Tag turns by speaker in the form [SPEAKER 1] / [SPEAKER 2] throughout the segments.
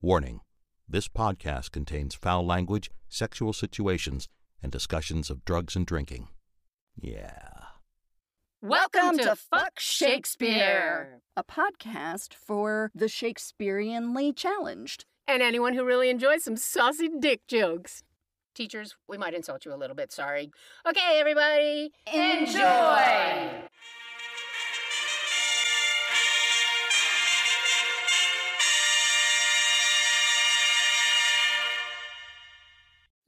[SPEAKER 1] Warning This podcast contains foul language, sexual situations, and discussions of drugs and drinking. Yeah.
[SPEAKER 2] Welcome to Fuck Shakespeare
[SPEAKER 3] a podcast for the Shakespeareanly challenged.
[SPEAKER 2] and anyone who really enjoys some saucy dick jokes. Teachers, we might insult you a little bit, sorry. Okay, everybody, enjoy!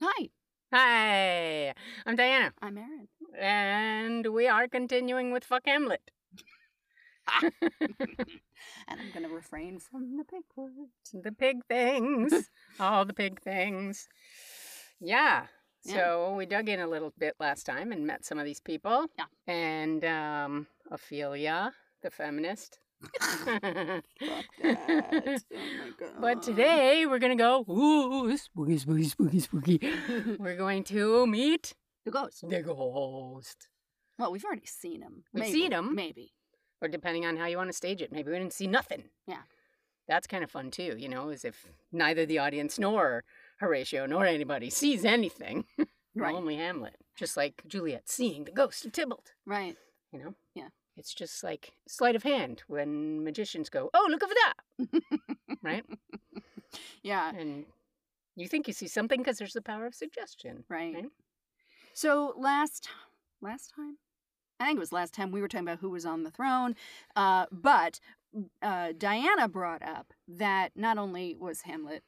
[SPEAKER 3] Hi,
[SPEAKER 2] Hi, I'm Diana,
[SPEAKER 3] I'm Erin.
[SPEAKER 2] and we are continuing with Fuck Hamlet.
[SPEAKER 3] And I'm going to refrain from the big words.
[SPEAKER 2] The pig things, all the pig things. Yeah.
[SPEAKER 3] Yeah.
[SPEAKER 2] So we dug in a little bit last time and met some of these people.
[SPEAKER 3] Yeah.
[SPEAKER 2] And um, Ophelia, the feminist.
[SPEAKER 3] Fuck that. Oh my god.
[SPEAKER 2] But today we're gonna go ooh spooky spooky spooky spooky. we're going to meet
[SPEAKER 3] Who goes?
[SPEAKER 2] the ghost.
[SPEAKER 3] Well, we've already seen him.
[SPEAKER 2] We've seen 'em.
[SPEAKER 3] Maybe.
[SPEAKER 2] Or depending on how you want to stage it, maybe we didn't see nothing.
[SPEAKER 3] Yeah.
[SPEAKER 2] That's kind of fun too, you know, as if neither the audience nor Horatio nor anybody sees anything.
[SPEAKER 3] Right.
[SPEAKER 2] Only Hamlet. Just like Juliet seeing the ghost of Tybalt,
[SPEAKER 3] Right.
[SPEAKER 2] you know?
[SPEAKER 3] Yeah.
[SPEAKER 2] It's just like sleight of hand when magicians go, Oh, look over that.
[SPEAKER 3] Yeah.
[SPEAKER 2] And you think you see something because there's the power of suggestion.
[SPEAKER 3] Right.
[SPEAKER 2] Right.
[SPEAKER 3] So last last time, I think it was last time we were talking about who was on the throne, uh, but uh, Diana brought up that not only was Hamlet,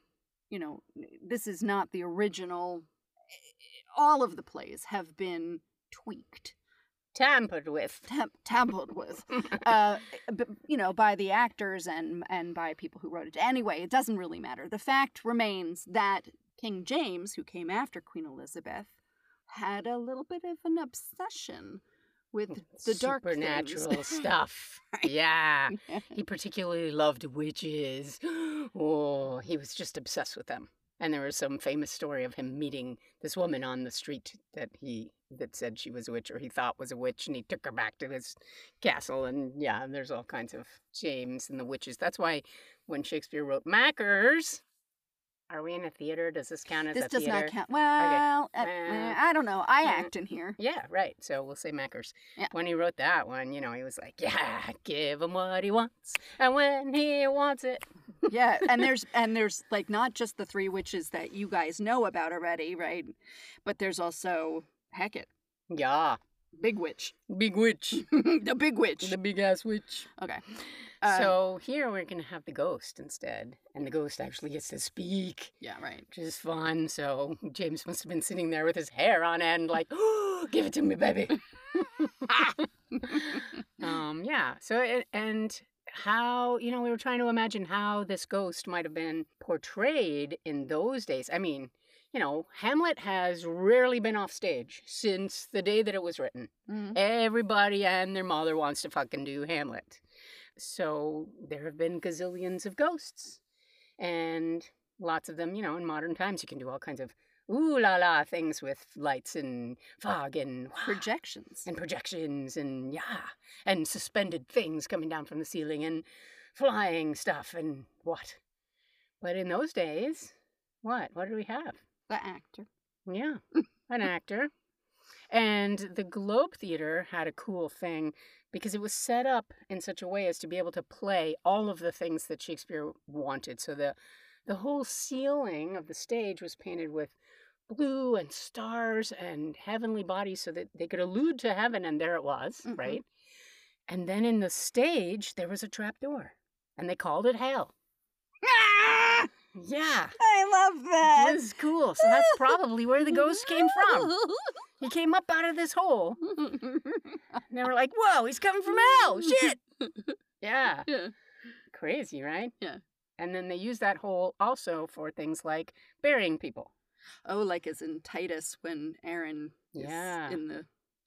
[SPEAKER 3] you know, this is not the original. eh, All of the plays have been tweaked,
[SPEAKER 2] Tampered with.
[SPEAKER 3] tam- tampered with, uh, b- you know, by the actors and and by people who wrote it. Anyway, it doesn't really matter. The fact remains that King James, who came after Queen Elizabeth, had a little bit of an obsession with the dark things.
[SPEAKER 2] supernatural stuff. Yeah. He
[SPEAKER 3] yeah.
[SPEAKER 2] particularly loved witches. Oh, he was just obsessed with them. And there was some famous story of him meeting this woman on the street that he that said she was a witch or he thought was a witch and he took her back to his castle and yeah, there's all kinds of James and the witches. That's why when Shakespeare wrote Mackers, are we in a theater? Does this count as
[SPEAKER 3] This
[SPEAKER 2] a
[SPEAKER 3] does
[SPEAKER 2] theater?
[SPEAKER 3] not count. Well, uh,
[SPEAKER 2] Well,
[SPEAKER 3] uh, I don't know. I
[SPEAKER 2] yeah.
[SPEAKER 3] act in here.
[SPEAKER 2] Yeah, right. So we'll say Mackers.
[SPEAKER 3] Yeah.
[SPEAKER 2] When he wrote that one, you know, he was like, yeah, give him what he wants. And when he wants it.
[SPEAKER 3] yeah and there's and there's like not just the three witches that you guys know about already right but there's also Hackett
[SPEAKER 2] Yeah.
[SPEAKER 3] big witch
[SPEAKER 2] Big witch.
[SPEAKER 3] the big witch
[SPEAKER 2] the big ass witch.
[SPEAKER 3] okay Uh,
[SPEAKER 2] so here we're going to have the ghost instead. And the ghost actually gets to speak,
[SPEAKER 3] yeah right
[SPEAKER 2] which is fun. So James must have been sitting there with his hair on end, like, oh, give it to me, baby. um, yeah. So, a- and how, you know, we were trying to imagine how this ghost might have been portrayed in those days. I mean, you know, Hamlet has rarely been off stage since the day that it was written.
[SPEAKER 3] Mhm.
[SPEAKER 2] Everybody and their mother wants to fucking do Hamlet. So there have been gazillions of ghosts. And lots of them, you know, in modern times, you can do all kinds of ooh la la things with lights and fog and wah,
[SPEAKER 3] projections
[SPEAKER 2] and projections and yeah, and suspended things coming down from the ceiling and flying stuff and what. But in those days, what? What did we have?
[SPEAKER 3] the actor
[SPEAKER 2] Yeah, an actor. And the Globe Theater had a cool thing because it was set up in such a way as to be able to play all of the things that Shakespeare wanted. So the the whole ceiling of the stage was painted with blue and stars and heavenly bodies so that they could allude to heaven and there it was,
[SPEAKER 3] Mhm.
[SPEAKER 2] right? And then in the stage there was a trapdoor and they called it hell.
[SPEAKER 3] ah,
[SPEAKER 2] Yeah.
[SPEAKER 3] I love
[SPEAKER 2] It was cool. So that's probably where the ghost came from. He came up out of this hole, and they were like, "Whoa, he's coming from hell! Shit!" Yeah,
[SPEAKER 3] yeah
[SPEAKER 2] crazy, right?
[SPEAKER 3] Yeah.
[SPEAKER 2] And then they use that hole also for things like burying people
[SPEAKER 3] oh like as in Titus when Aaron is
[SPEAKER 2] Yeah.
[SPEAKER 3] in the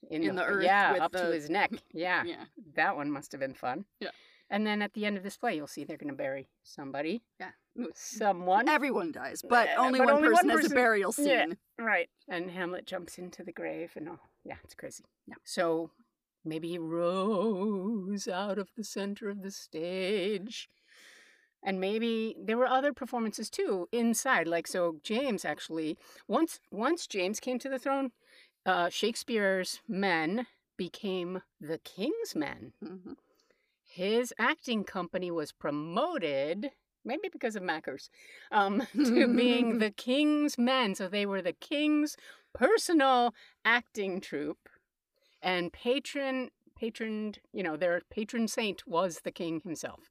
[SPEAKER 2] in
[SPEAKER 3] In the earth
[SPEAKER 2] yeah,
[SPEAKER 3] with
[SPEAKER 2] up to
[SPEAKER 3] the-
[SPEAKER 2] his neck. Yeah,
[SPEAKER 3] yeah
[SPEAKER 2] that one must have been fun.
[SPEAKER 3] Yeah.
[SPEAKER 2] And then at the end of this play, you'll see they're going to bury somebody,
[SPEAKER 3] yeah
[SPEAKER 2] someone.
[SPEAKER 3] everyone dies but
[SPEAKER 2] Uh,
[SPEAKER 3] only
[SPEAKER 2] but
[SPEAKER 3] one
[SPEAKER 2] only one
[SPEAKER 3] person has a
[SPEAKER 2] person-
[SPEAKER 3] burial scene
[SPEAKER 2] Yeah. Right. And Hamlet jumps into the grave and all. Yeah, it's crazy.
[SPEAKER 3] Yeah.
[SPEAKER 2] So maybe he rose out of the center of the stage and maybe there were other performances too inside like so james actually once once james came to the throne uh, shakespeare's men became the king's men
[SPEAKER 3] Mhm.
[SPEAKER 2] his acting company was promoted maybe because of mackers um, to being the king's men so they were the king's personal acting troupe and patron patroned you know their patron saint was the king himself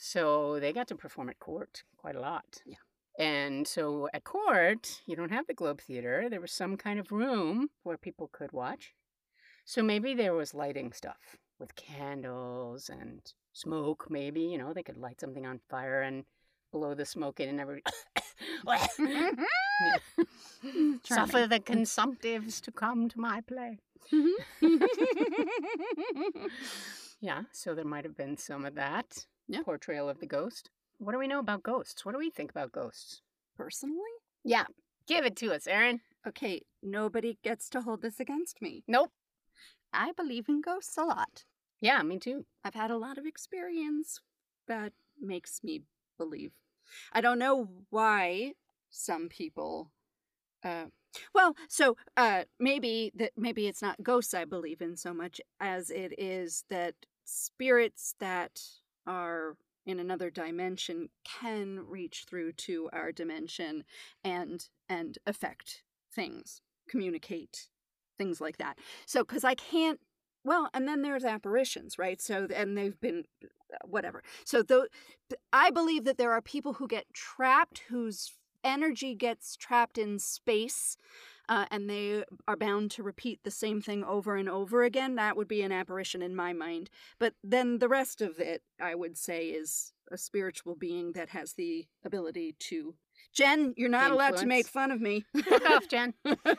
[SPEAKER 2] so they got to perform at court quite a lot
[SPEAKER 3] Yeah.
[SPEAKER 2] and so at court you don't have the globe theater there was some kind of room where people could watch so maybe there was lighting stuff with candles and smoke, maybe. You know, they could light something on fire and blow the smoke in and everybody. Suffer
[SPEAKER 3] Charming.
[SPEAKER 2] the consumptives to come to my play. Yeah, so there might have been some of that
[SPEAKER 3] Yeah.
[SPEAKER 2] portrayal of the ghost. What do we know about ghosts? What do we think about ghosts?
[SPEAKER 3] Personally?
[SPEAKER 2] Yeah, give it to us, Aaron.
[SPEAKER 3] Okay, nobody gets to hold this against me.
[SPEAKER 2] Nope.
[SPEAKER 3] I believe in ghosts a lot.
[SPEAKER 2] Yeah, me too.
[SPEAKER 3] I've had a lot of experience that makes me believe. I don't know why some people. Uh, well, so uh, maybe that maybe it's not ghosts I believe in so much as it is that spirits that are in another dimension can reach through to our dimension and and affect things, communicate things like that. So, because I can't well, and then there's apparitions, right? So, and they've been uh, whatever. So, though I believe that there are people who get trapped, whose energy gets trapped in space, uh, and they are bound to repeat the same thing over and over again. That would be an apparition in my mind. But then the rest of it, I would say, is a spiritual being that has the ability to. Jen, you're not allowed to
[SPEAKER 2] Influence.
[SPEAKER 3] make fun of me.
[SPEAKER 2] Fuck off, Jen.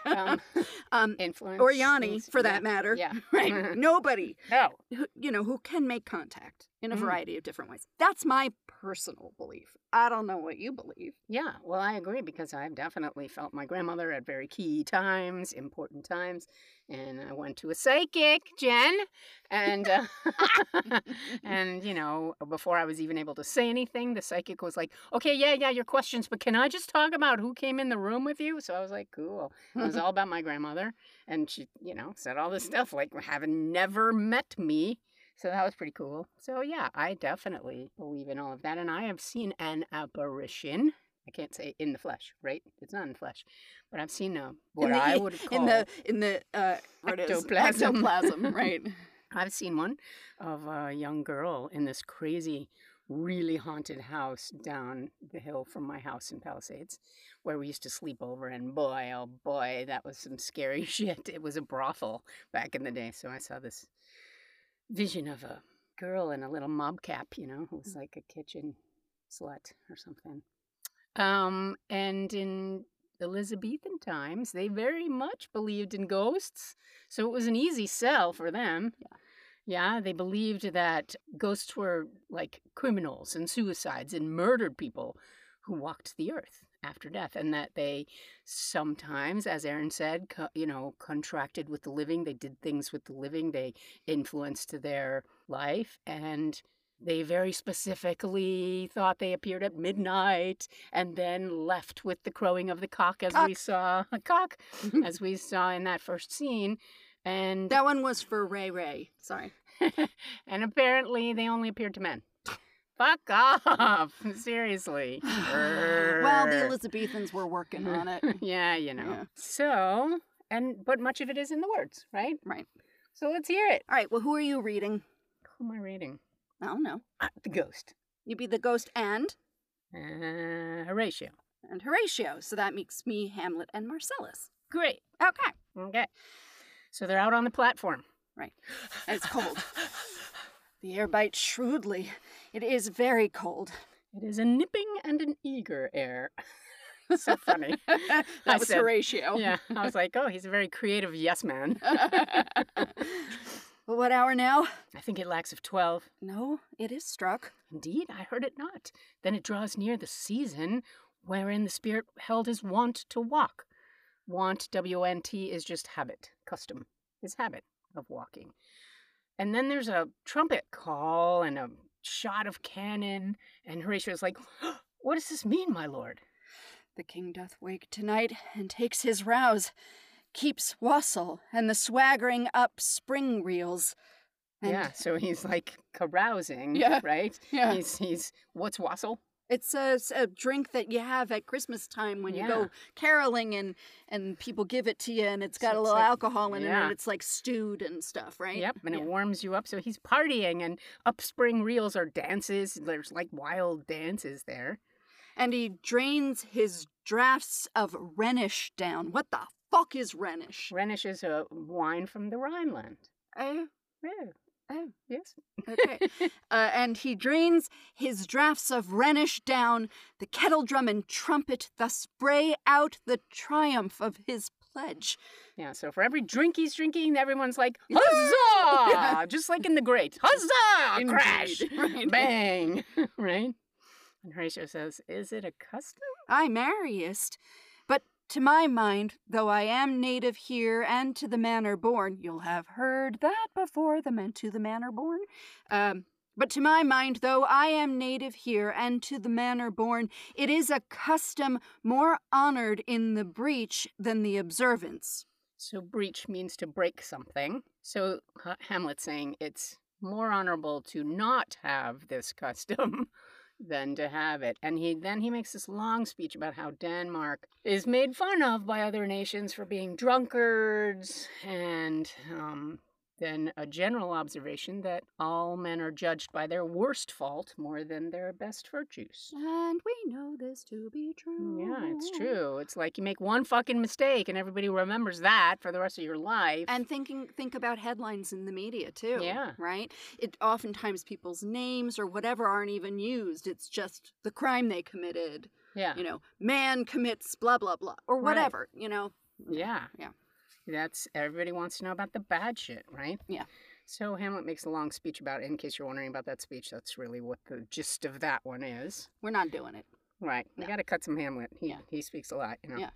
[SPEAKER 2] Um,
[SPEAKER 3] um,
[SPEAKER 2] Influence.
[SPEAKER 3] or Yanni,
[SPEAKER 2] things-
[SPEAKER 3] for
[SPEAKER 2] yeah,
[SPEAKER 3] that matter.
[SPEAKER 2] Yeah.
[SPEAKER 3] Right. Nobody
[SPEAKER 2] No.
[SPEAKER 3] who- you know, who can make contact in a
[SPEAKER 2] Mm.
[SPEAKER 3] variety of different ways. That's my personal belief. I don't know what you believe.
[SPEAKER 2] Yeah, well, I agree because I've definitely felt my grandmother at very key times, important times, and I went to a psychic, Jen, and uh, and you know, before I was even able to say anything, the psychic was like, "Okay, yeah, yeah, your questions, but can I just talk about who came in the room with you?" So I was like, "Cool." It was all about my grandmother, and she, you know, said all this stuff like having never met me. So that was pretty cool. So yeah, I definitely believe in all of that, and I have seen an apparition. I can't say in the flesh, right? It's not in the flesh, but I've seen a what
[SPEAKER 3] in the,
[SPEAKER 2] I would call
[SPEAKER 3] in the in the uh, what is-
[SPEAKER 2] Ectoplasm.
[SPEAKER 3] ectoplasm, right?
[SPEAKER 2] I've seen one of a young girl in this crazy, really haunted house down the hill from my house in Palisades, where we used to sleep over. And boy, oh boy, that was some scary shit. It was a brothel back in the day. So I saw this vision of a girl in a little mob cap, you know, who was like a kitchen slut or something. Um, and in Elizabethan times, they very much believed in ghosts. So it was an easy sell for them. Yeah. they believed that ghosts were like criminals and suicides and murdered people who walked the earth after death and that they sometimes as Aaron said, co- you know, contracted with the living, they did things with the living, they influenced their life and they very specifically thought they appeared at midnight and then left with the crowing of the cock as we
[SPEAKER 3] Cock.
[SPEAKER 2] saw a cock as we saw in that first scene. And
[SPEAKER 3] that one was for Ray Ray. Sorry.
[SPEAKER 2] and apparently they only appeared to men. Fuck off. Seriously.
[SPEAKER 3] well, the Elizabethans were working on it.
[SPEAKER 2] yeah, you know.
[SPEAKER 3] Yeah.
[SPEAKER 2] So and but much of it is in the words, right?
[SPEAKER 3] Right.
[SPEAKER 2] So let's hear it.
[SPEAKER 3] All right. Well, who are you reading?
[SPEAKER 2] Who am I reading?
[SPEAKER 3] I don't know.
[SPEAKER 2] Ah, the ghost.
[SPEAKER 3] You be the ghost and
[SPEAKER 2] Uh, Horatio.
[SPEAKER 3] and Horatio. So that makes me Hamlet and Marcellus.
[SPEAKER 2] Great.
[SPEAKER 3] Okay.
[SPEAKER 2] Okay. So they're out on the platform.
[SPEAKER 3] Right. And it's cold. The air bites shrewdly. It is very cold.
[SPEAKER 2] It is a nipping and an eager air. so funny.
[SPEAKER 3] that
[SPEAKER 2] I
[SPEAKER 3] was
[SPEAKER 2] said-
[SPEAKER 3] Horatio.
[SPEAKER 2] Yeah. I was like, oh, he's a very creative yes man.
[SPEAKER 3] Well, what hour now?
[SPEAKER 2] I think it lacks of 12.
[SPEAKER 3] No, it is struck.
[SPEAKER 2] Indeed, I heard it not. Then it draws near the season wherein the spirit held his wont to walk. Want, W O N T, is just habit, custom, his habit of walking. And then there's a trumpet call and a shot of cannon, and Horatio's like, What does this mean, my lord?
[SPEAKER 3] The king doth wake tonight and takes his rouse, keeps wassail and the swaggering up spring reels. And
[SPEAKER 2] yeah, so he's like carousing,
[SPEAKER 3] Yeah.
[SPEAKER 2] right?
[SPEAKER 3] yeah.
[SPEAKER 2] He's he's what's wassail?
[SPEAKER 3] It's a, it's a uh, drink that you have at Christmas time when you
[SPEAKER 2] Yeah.
[SPEAKER 3] go caroling and, and people give it to you and it's
[SPEAKER 2] So
[SPEAKER 3] got a
[SPEAKER 2] it's
[SPEAKER 3] little
[SPEAKER 2] like-
[SPEAKER 3] alcohol in it
[SPEAKER 2] yeah.
[SPEAKER 3] and it's like stewed and stuff, right?
[SPEAKER 2] Yep, and
[SPEAKER 3] Yeah.
[SPEAKER 2] it warms you up. So he's partying, and upspring reels are dances. There's like wild dances there.
[SPEAKER 3] And he drains his drafts of Rhenish down. What the fuck is Rhenish?
[SPEAKER 2] Rhenish is a wine from the Rhineland.
[SPEAKER 3] Oh,
[SPEAKER 2] Yeah.
[SPEAKER 3] Oh.
[SPEAKER 2] yes.
[SPEAKER 3] okay. uh, and he drains his draughts of Rhenish down, the kettle drum and trumpet thus spray out the triumph of his pledge.
[SPEAKER 2] Yeah, so for every drink he's drinking, everyone's like,
[SPEAKER 3] Yeah.
[SPEAKER 2] huzzah! Just like in the great, huzzah!
[SPEAKER 3] Indeed,
[SPEAKER 2] Crash!
[SPEAKER 3] right.
[SPEAKER 2] Bang! right? And Horatio says, Is it a custom?
[SPEAKER 3] I marriest. But to my mind, though I am native here and to the manor born, you'll have heard that before, the men to the manor born. Um, but to my mind, though I am native here and to the manor born, it is a custom more honored in the breach than the observance.
[SPEAKER 2] So breach means to break something. So Ha- Hamlet's saying it's more honorable to not have this custom than to have it. And he then he makes this long speech about how Denmark is made fun of by other nations for being drunkards and um then a general observation that all men are judged by their worst fault more than their best virtues.
[SPEAKER 3] And we know this to be true.
[SPEAKER 2] Mm, Yeah, it's true. It's like you make one fucking mistake and everybody remembers that for the rest of your life.
[SPEAKER 3] And thinking think about headlines in the media too.
[SPEAKER 2] Yeah.
[SPEAKER 3] Right? It oftentimes people's names or whatever aren't even used. It's just the crime they committed.
[SPEAKER 2] yeah.
[SPEAKER 3] You know, man commits blah blah blah. Or
[SPEAKER 2] Right.
[SPEAKER 3] whatever, you know.
[SPEAKER 2] Yeah.
[SPEAKER 3] Yeah.
[SPEAKER 2] That's everybody wants to know about the bad shit, right?
[SPEAKER 3] Yeah.
[SPEAKER 2] So Hamlet makes a long speech about it. In case you're wondering about that speech, that's really what the gist of that one is.
[SPEAKER 3] We're not doing it.
[SPEAKER 2] Right. We
[SPEAKER 3] Yeah.
[SPEAKER 2] got to cut some Hamlet. He,
[SPEAKER 3] Yeah.
[SPEAKER 2] he speaks a lot, you know.
[SPEAKER 3] Yeah.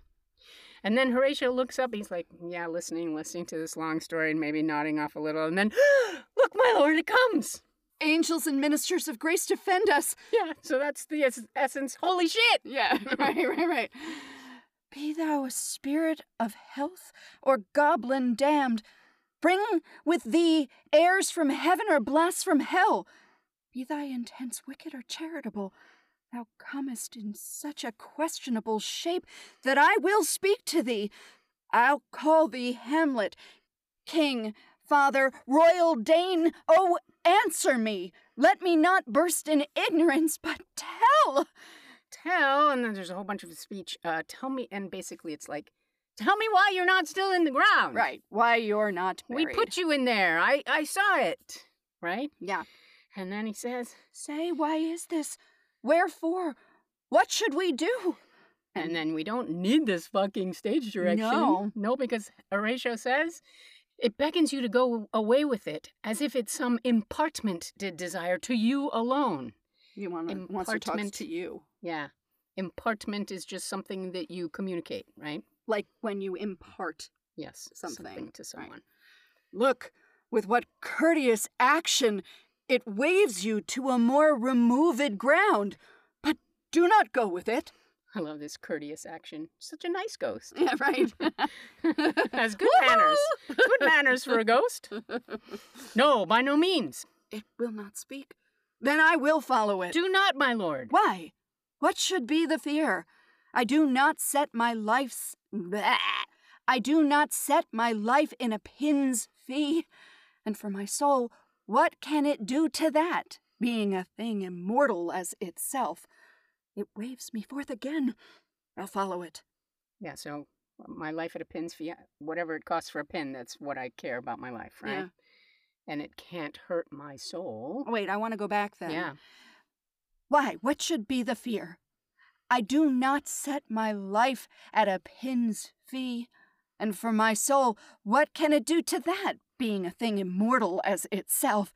[SPEAKER 2] And then Horatio looks up. He's like, yeah, listening, listening to this long story and maybe nodding off a little. And then, look, my lord, it comes.
[SPEAKER 3] Angels and ministers of grace defend us.
[SPEAKER 2] Yeah. So that's the es- essence. Holy shit.
[SPEAKER 3] Yeah, right, right, right. Be thou a spirit of health or goblin damned, bring with thee airs from heaven or blasts from hell. Be thy intents wicked or charitable, thou comest in such a questionable shape that I will speak to thee. I'll call thee Hamlet, king, father, royal Dane. Oh, answer me! Let me not burst in ignorance, but tell.
[SPEAKER 2] tell and then there's a whole bunch of speech uh tell me and basically it's like tell me why you're not still in the ground
[SPEAKER 3] Right. Why you're not
[SPEAKER 2] we put you in there i i saw it right
[SPEAKER 3] Yeah.
[SPEAKER 2] and then he says
[SPEAKER 3] Say, why is this? Wherefore? What should we do?
[SPEAKER 2] and then we don't need this fucking stage direction
[SPEAKER 3] No.
[SPEAKER 2] no because horatio says it beckons you to go away with it as if it's some impartment did desire to you alone
[SPEAKER 3] you want wants to talk
[SPEAKER 2] Impartment.
[SPEAKER 3] to you,
[SPEAKER 2] yeah impartment is just something that you communicate right
[SPEAKER 3] like when you impart.
[SPEAKER 2] yes
[SPEAKER 3] Something,
[SPEAKER 2] to
[SPEAKER 3] right.
[SPEAKER 2] someone
[SPEAKER 3] Look, with what courteous action it waves you to a more removed ground, but do not go with it.
[SPEAKER 2] i love this courteous action such a nice ghost
[SPEAKER 3] Yeah, right.
[SPEAKER 2] That's good manners. Good manners for a ghost. No, by no means.
[SPEAKER 3] It will not speak. Then I will follow it.
[SPEAKER 2] Do not, my lord.
[SPEAKER 3] Why? What should be the fear? I do not set my life's. Bleh. I do not set my life in a pin's fee. And for my soul, what can it do to that, being a thing immortal as itself? It waves me forth again. I'll follow it.
[SPEAKER 2] Yeah, so uh, my life at a pin's fee, uh, whatever it costs for a pin, that's what I care about my life, right?
[SPEAKER 3] Yeah.
[SPEAKER 2] And it can't hurt my soul.
[SPEAKER 3] Wait, I want to go back then.
[SPEAKER 2] Yeah.
[SPEAKER 3] Why, what should be the fear? I do not set my life at a pin's fee. And for my soul, what can it do to that, being a thing immortal as itself?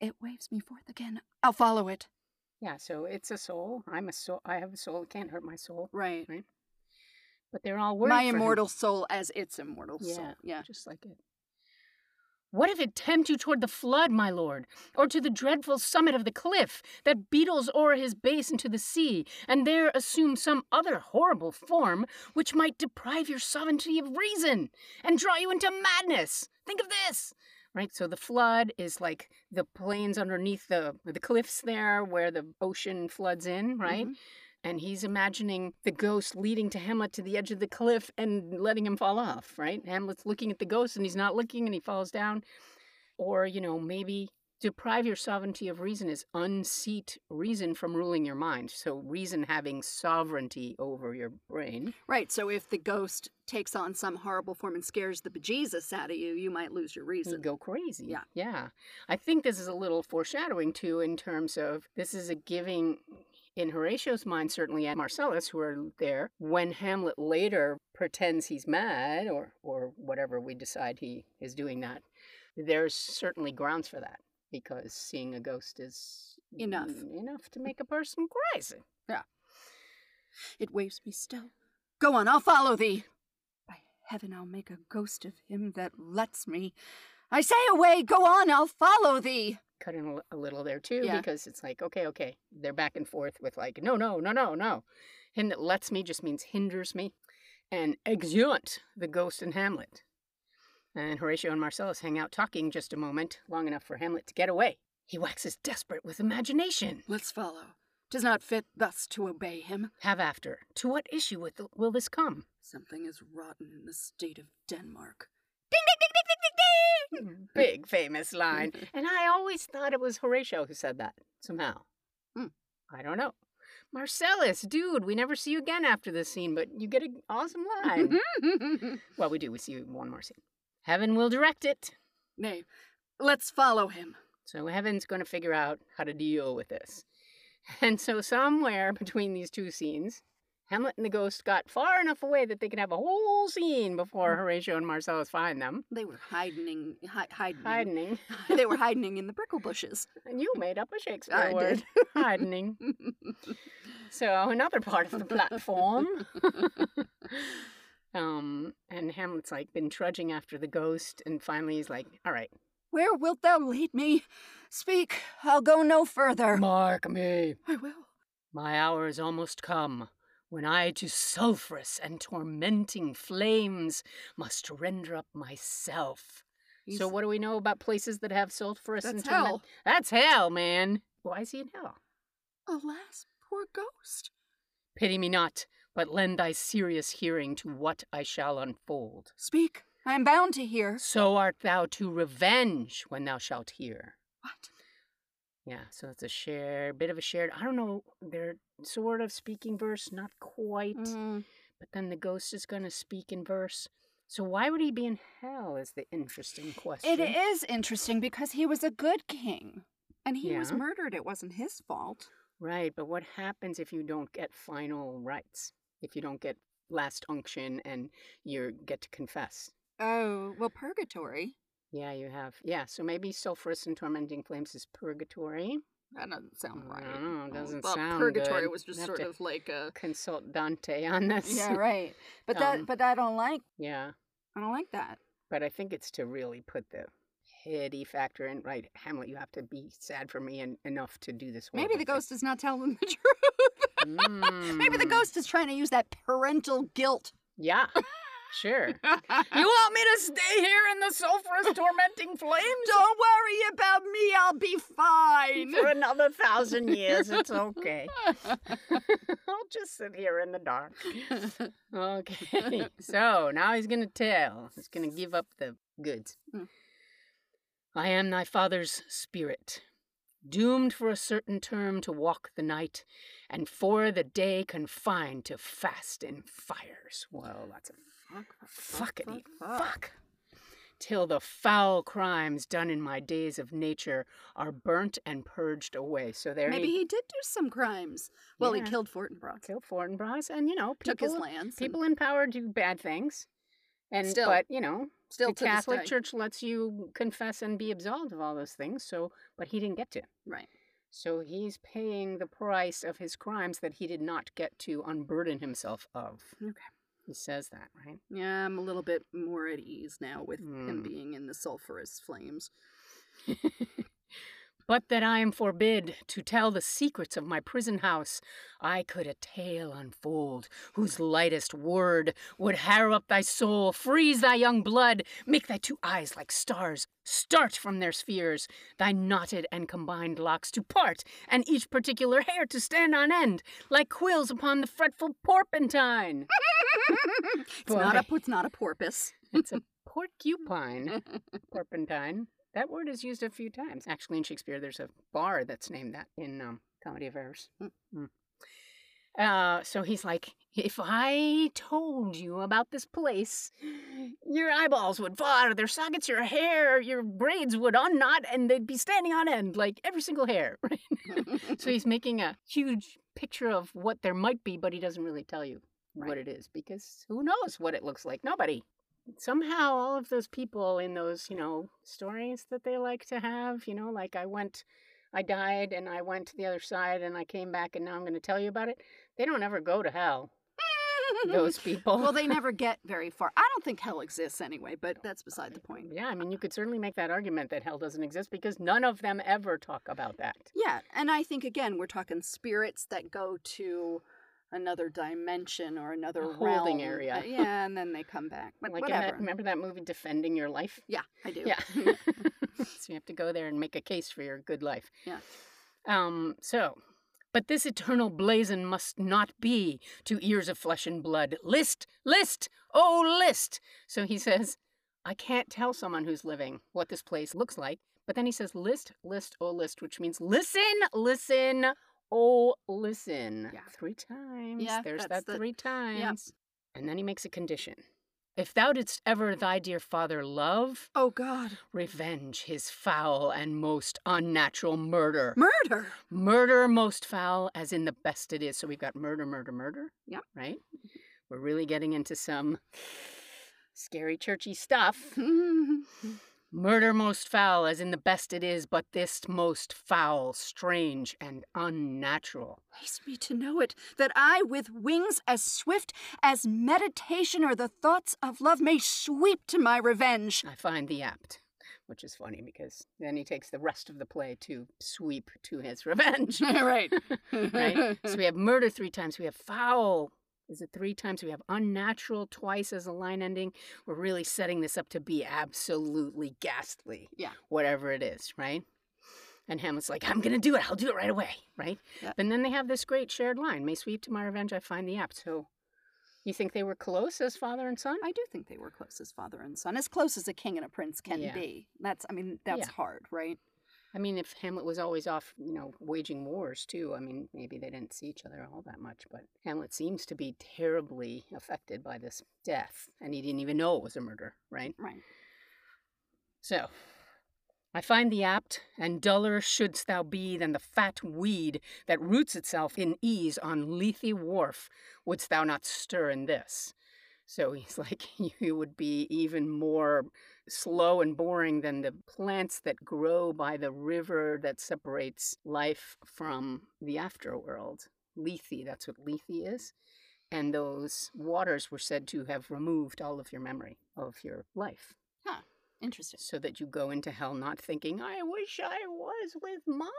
[SPEAKER 3] It waves me forth again. I'll follow it.
[SPEAKER 2] Yeah, so it's a soul. I'm a soul. I have a soul. It can't hurt my soul.
[SPEAKER 3] Right.
[SPEAKER 2] But they're all worried.
[SPEAKER 3] My
[SPEAKER 2] for him,
[SPEAKER 3] immortal soul as its immortal soul.
[SPEAKER 2] Yeah.
[SPEAKER 3] Yeah.
[SPEAKER 2] Just like it. What if it tempt you toward the flood, my lord, or to the dreadful summit of the cliff that beetles o'er his base into the sea, and there assume some other horrible form which might deprive your sovereignty of reason and draw you into madness? Think of this! Right, so the flood is like the plains underneath the the cliffs there where the ocean floods in, right?
[SPEAKER 3] Mhm.
[SPEAKER 2] And he's imagining the ghost leading to Hamlet to the edge of the cliff and letting him fall off, right? Hamlet's looking at the ghost and he's not looking and he falls down. Or, you know, maybe deprive your sovereignty of reason is unseat reason from ruling your mind. So, reason having sovereignty over your brain.
[SPEAKER 3] Right. So if the ghost takes on some horrible form and scares the bejesus out of you, you might lose your
[SPEAKER 2] You
[SPEAKER 3] reason.
[SPEAKER 2] go crazy.
[SPEAKER 3] Yeah.
[SPEAKER 2] Yeah. I think this is a little foreshadowing too in terms of this is a giving in Horatio's mind, certainly and Marcellus, who are there, when Hamlet later pretends he's mad or or whatever we decide he is doing that, there's certainly grounds for that. Because seeing a ghost is
[SPEAKER 3] Enough.
[SPEAKER 2] Enough to make a person crazy.
[SPEAKER 3] It waves me still. Go on, I'll follow thee. By heaven, I'll make a ghost of him that lets me. I say away, go on, I'll follow thee.
[SPEAKER 2] cut in a li- a little there too
[SPEAKER 3] Yeah.
[SPEAKER 2] because it's like okay okay they're back and forth with like no no no no no him that lets me just means hinders me and exeunt the ghost in hamlet and horatio and marcellus hang out talking just a moment long enough for hamlet to get away he waxes desperate with imagination
[SPEAKER 3] Let's follow. Tis not fit thus to obey him.
[SPEAKER 2] have after to what issue with will this come
[SPEAKER 3] Something is rotten in the state of Denmark.
[SPEAKER 2] big famous line. And I always thought it was Horatio who said that somehow.
[SPEAKER 3] Hmm.
[SPEAKER 2] I don't know. Marcellus, dude, we never see you again after this scene, but you get an awesome
[SPEAKER 3] Mm-hmm.
[SPEAKER 2] line. well, we do. We see you in one more scene. Heaven will direct it.
[SPEAKER 3] Nay, let's follow him.
[SPEAKER 2] So heaven's going to figure out how to deal with this. And so somewhere between these two scenes, Hamlet and the ghost got far enough away that they could have a whole scene before Horatio and Marcellus find them.
[SPEAKER 3] They were hiding, hi- hiding.
[SPEAKER 2] Hiding.
[SPEAKER 3] they were hiding in the brickle bushes.
[SPEAKER 2] And you made up a Shakespeare
[SPEAKER 3] I
[SPEAKER 2] word.
[SPEAKER 3] did.
[SPEAKER 2] Hardening. So another part of the platform. um, and Hamlet's like been trudging after the ghost, and finally he's like, "All right,
[SPEAKER 3] Where wilt thou lead me? Speak, I'll go no further.
[SPEAKER 2] mark me.
[SPEAKER 3] I will.
[SPEAKER 2] My hour is almost come." When I to sulphurous and tormenting flames must render up myself. So,
[SPEAKER 3] He's-
[SPEAKER 2] what do we know about places that have sulphurous and
[SPEAKER 3] That's
[SPEAKER 2] torment?
[SPEAKER 3] hell.
[SPEAKER 2] That's hell, man. Why is he in hell?
[SPEAKER 3] Alas, poor ghost.
[SPEAKER 2] Pity me not, but lend thy serious hearing to what I shall unfold.
[SPEAKER 3] Speak, I am bound to hear.
[SPEAKER 2] So art thou to revenge when thou shalt hear.
[SPEAKER 3] What?
[SPEAKER 2] Yeah, so it's a shared bit of a shared. I don't know. They're sort of speaking verse, not quite.
[SPEAKER 3] Mm.
[SPEAKER 2] But then the ghost is going to speak in verse. So why would he be in hell? Is the interesting question.
[SPEAKER 3] It is interesting because he was a good king. And he was
[SPEAKER 2] Yeah.
[SPEAKER 3] murdered. It wasn't his fault.
[SPEAKER 2] Right, but what happens if you don't get final rites? If you don't get last unction and you get to confess?
[SPEAKER 3] Oh, well, purgatory.
[SPEAKER 2] Yeah, you have. Yeah, so maybe sulfurous and tormenting flames is purgatory.
[SPEAKER 3] That doesn't sound right.
[SPEAKER 2] No, it
[SPEAKER 3] I
[SPEAKER 2] Mm, doesn't
[SPEAKER 3] thought
[SPEAKER 2] sound
[SPEAKER 3] purgatory
[SPEAKER 2] good.
[SPEAKER 3] was just
[SPEAKER 2] Have
[SPEAKER 3] sort
[SPEAKER 2] to-
[SPEAKER 3] of like a
[SPEAKER 2] Consult Dante on this.
[SPEAKER 3] yeah, right. But
[SPEAKER 2] Um,
[SPEAKER 3] that, but I don't like,
[SPEAKER 2] Yeah,
[SPEAKER 3] I don't like that.
[SPEAKER 2] but I think it's to really put the pity factor in. Right, Hamlet, you have to be sad for me and enough to do this.
[SPEAKER 3] Maybe
[SPEAKER 2] horrible
[SPEAKER 3] the ghost Hmm.
[SPEAKER 2] thing.
[SPEAKER 3] is not telling the truth. Maybe the
[SPEAKER 2] Mm,
[SPEAKER 3] ghost is trying to use that parental guilt.
[SPEAKER 2] Yeah, sure. You want me to stay here in the sulfurous tormenting flames?
[SPEAKER 3] Don't worry about me, I'll be fine.
[SPEAKER 2] for another thousand years. It's okay. I'll just sit here in the dark. Okay. So now he's going to tell. He's going to give up the goods.
[SPEAKER 3] Mm.
[SPEAKER 2] I am thy father's spirit, doomed for a certain term to walk the night, and for the day confined to fast in fires. Whoa, lots of fuckity fuck. Till the foul crimes done in my days of nature are burnt and purged away. So there
[SPEAKER 3] Maybe
[SPEAKER 2] he
[SPEAKER 3] he did do some crimes. Well,
[SPEAKER 2] Yeah.
[SPEAKER 3] he killed Fortinbras,
[SPEAKER 2] killed Fortinbras, and you know, people,
[SPEAKER 3] took his lands. and
[SPEAKER 2] people in power do bad things. And
[SPEAKER 3] Still-
[SPEAKER 2] but you know,
[SPEAKER 3] still
[SPEAKER 2] the
[SPEAKER 3] to this
[SPEAKER 2] Catholic
[SPEAKER 3] day.
[SPEAKER 2] Church lets you confess and be absolved of all those things. So, but he didn't get to.
[SPEAKER 3] Right.
[SPEAKER 2] So he's paying the price of his crimes that he did not get to unburden himself of.
[SPEAKER 3] Okay.
[SPEAKER 2] He says that, right?
[SPEAKER 3] Yeah, I'm a little bit more at ease now with
[SPEAKER 2] Mm.
[SPEAKER 3] him being in the sulfurous flames.
[SPEAKER 2] but that I am forbid to tell the secrets of my prison house. I could a tale unfold, whose lightest word would harrow up thy soul, freeze thy young blood, make thy two eyes like stars start from their spheres, thy knotted and combined locks to part, and each particular hair to stand on end, like quills upon the fretful porpentine.
[SPEAKER 3] it's not
[SPEAKER 2] Boy.
[SPEAKER 3] a it's not a porpoise.
[SPEAKER 2] It's a porcupine. Porpentine. That word is used a few times. Actually, in Shakespeare, there's a bar that's named that in um, Comedy of Errors.
[SPEAKER 3] Mm.
[SPEAKER 2] Mm. Uh, so he's like, if I told you about this place, your eyeballs would fall out of their sockets, your hair, your braids would unknot, and they'd be standing on end, like every single hair. Right? so he's making a huge picture of what there might be, but he doesn't really tell you what
[SPEAKER 3] Right.
[SPEAKER 2] it is because who knows what it looks like? Nobody. Somehow, all of those people in those, you know, stories that they like to have, you know, like I went, I died and I went to the other side and I came back and now I'm going to tell you about it. They don't ever go to hell, those people.
[SPEAKER 3] well, they never get very far. I don't think hell exists anyway, but that's beside the point.
[SPEAKER 2] Yeah, I mean, you could certainly make that argument that hell doesn't exist because none of them ever talk about that.
[SPEAKER 3] Yeah, and I think again we're talking spirits that go to another dimension or another
[SPEAKER 2] A holding
[SPEAKER 3] realm.
[SPEAKER 2] area.
[SPEAKER 3] Uh, yeah, and then they come back. But
[SPEAKER 2] Like, in that-
[SPEAKER 3] whatever.
[SPEAKER 2] remember that movie, Defending Your Life?
[SPEAKER 3] yeah, I do.
[SPEAKER 2] Yeah. so you have to go there and make a case for your good life.
[SPEAKER 3] Yeah.
[SPEAKER 2] Um, so, but this eternal blazon must not be to ears of flesh and blood. List, list, oh, list. So he says, I can't tell someone who's living what this place looks like. But then he says, list, list, oh, list, which means listen, listen, oh, listen.
[SPEAKER 3] Yeah.
[SPEAKER 2] Three times.
[SPEAKER 3] Yeah,
[SPEAKER 2] There's
[SPEAKER 3] that's
[SPEAKER 2] that
[SPEAKER 3] the-
[SPEAKER 2] three times. And then he makes a condition. If thou didst ever thy dear father love,
[SPEAKER 3] oh God,
[SPEAKER 2] revenge his foul and most unnatural murder.
[SPEAKER 3] murder.
[SPEAKER 2] murder most foul, as in the best it is. So we've got murder, murder, murder.
[SPEAKER 3] Yep.
[SPEAKER 2] Right? We're really getting into some scary, churchy stuff. Murder most foul, as in the best it is, but this most foul, strange, and unnatural.
[SPEAKER 3] Haste me to know it, that I, with wings as swift as meditation or the thoughts of love, may sweep to my revenge.
[SPEAKER 2] I find the apt. Which is funny because then he takes the rest of the play to sweep to his revenge.
[SPEAKER 3] right.
[SPEAKER 2] right? so we have murder three times. We have foul. Is it three times? We have unnatural twice as a line ending. We're really setting this up to be absolutely ghastly.
[SPEAKER 3] Yeah.
[SPEAKER 2] Whatever it is, right? And Hamlet's like, I'm going to do it. I'll do it right away, right?
[SPEAKER 3] Yeah.
[SPEAKER 2] And then they have this great shared line May sweep to my revenge, I find the apt. So you think they were close as father and son?
[SPEAKER 3] I do think they were close as father and son, as close as a king and a prince can
[SPEAKER 2] Yeah.
[SPEAKER 3] be. That's, I mean, that's
[SPEAKER 2] Yeah.
[SPEAKER 3] hard, right?
[SPEAKER 2] I mean, if Hamlet was always off, you know, waging wars too, I mean, maybe they didn't see each other all that much, but Hamlet seems to be terribly affected by this death, and he didn't even know it was a murder, right?
[SPEAKER 3] Right.
[SPEAKER 2] So, I find thee apt, and duller shouldst thou be than the fat weed that roots itself in ease on Lethe Wharf, wouldst thou not stir in this. So he's like, you would be even more slow and boring than the plants that grow by the river that separates life from the afterworld. Lethe, that's what Lethe is. And those waters were said to have removed all of your memory of your life
[SPEAKER 3] Interesting.
[SPEAKER 2] so that you go into hell not thinking, I wish I was with mom.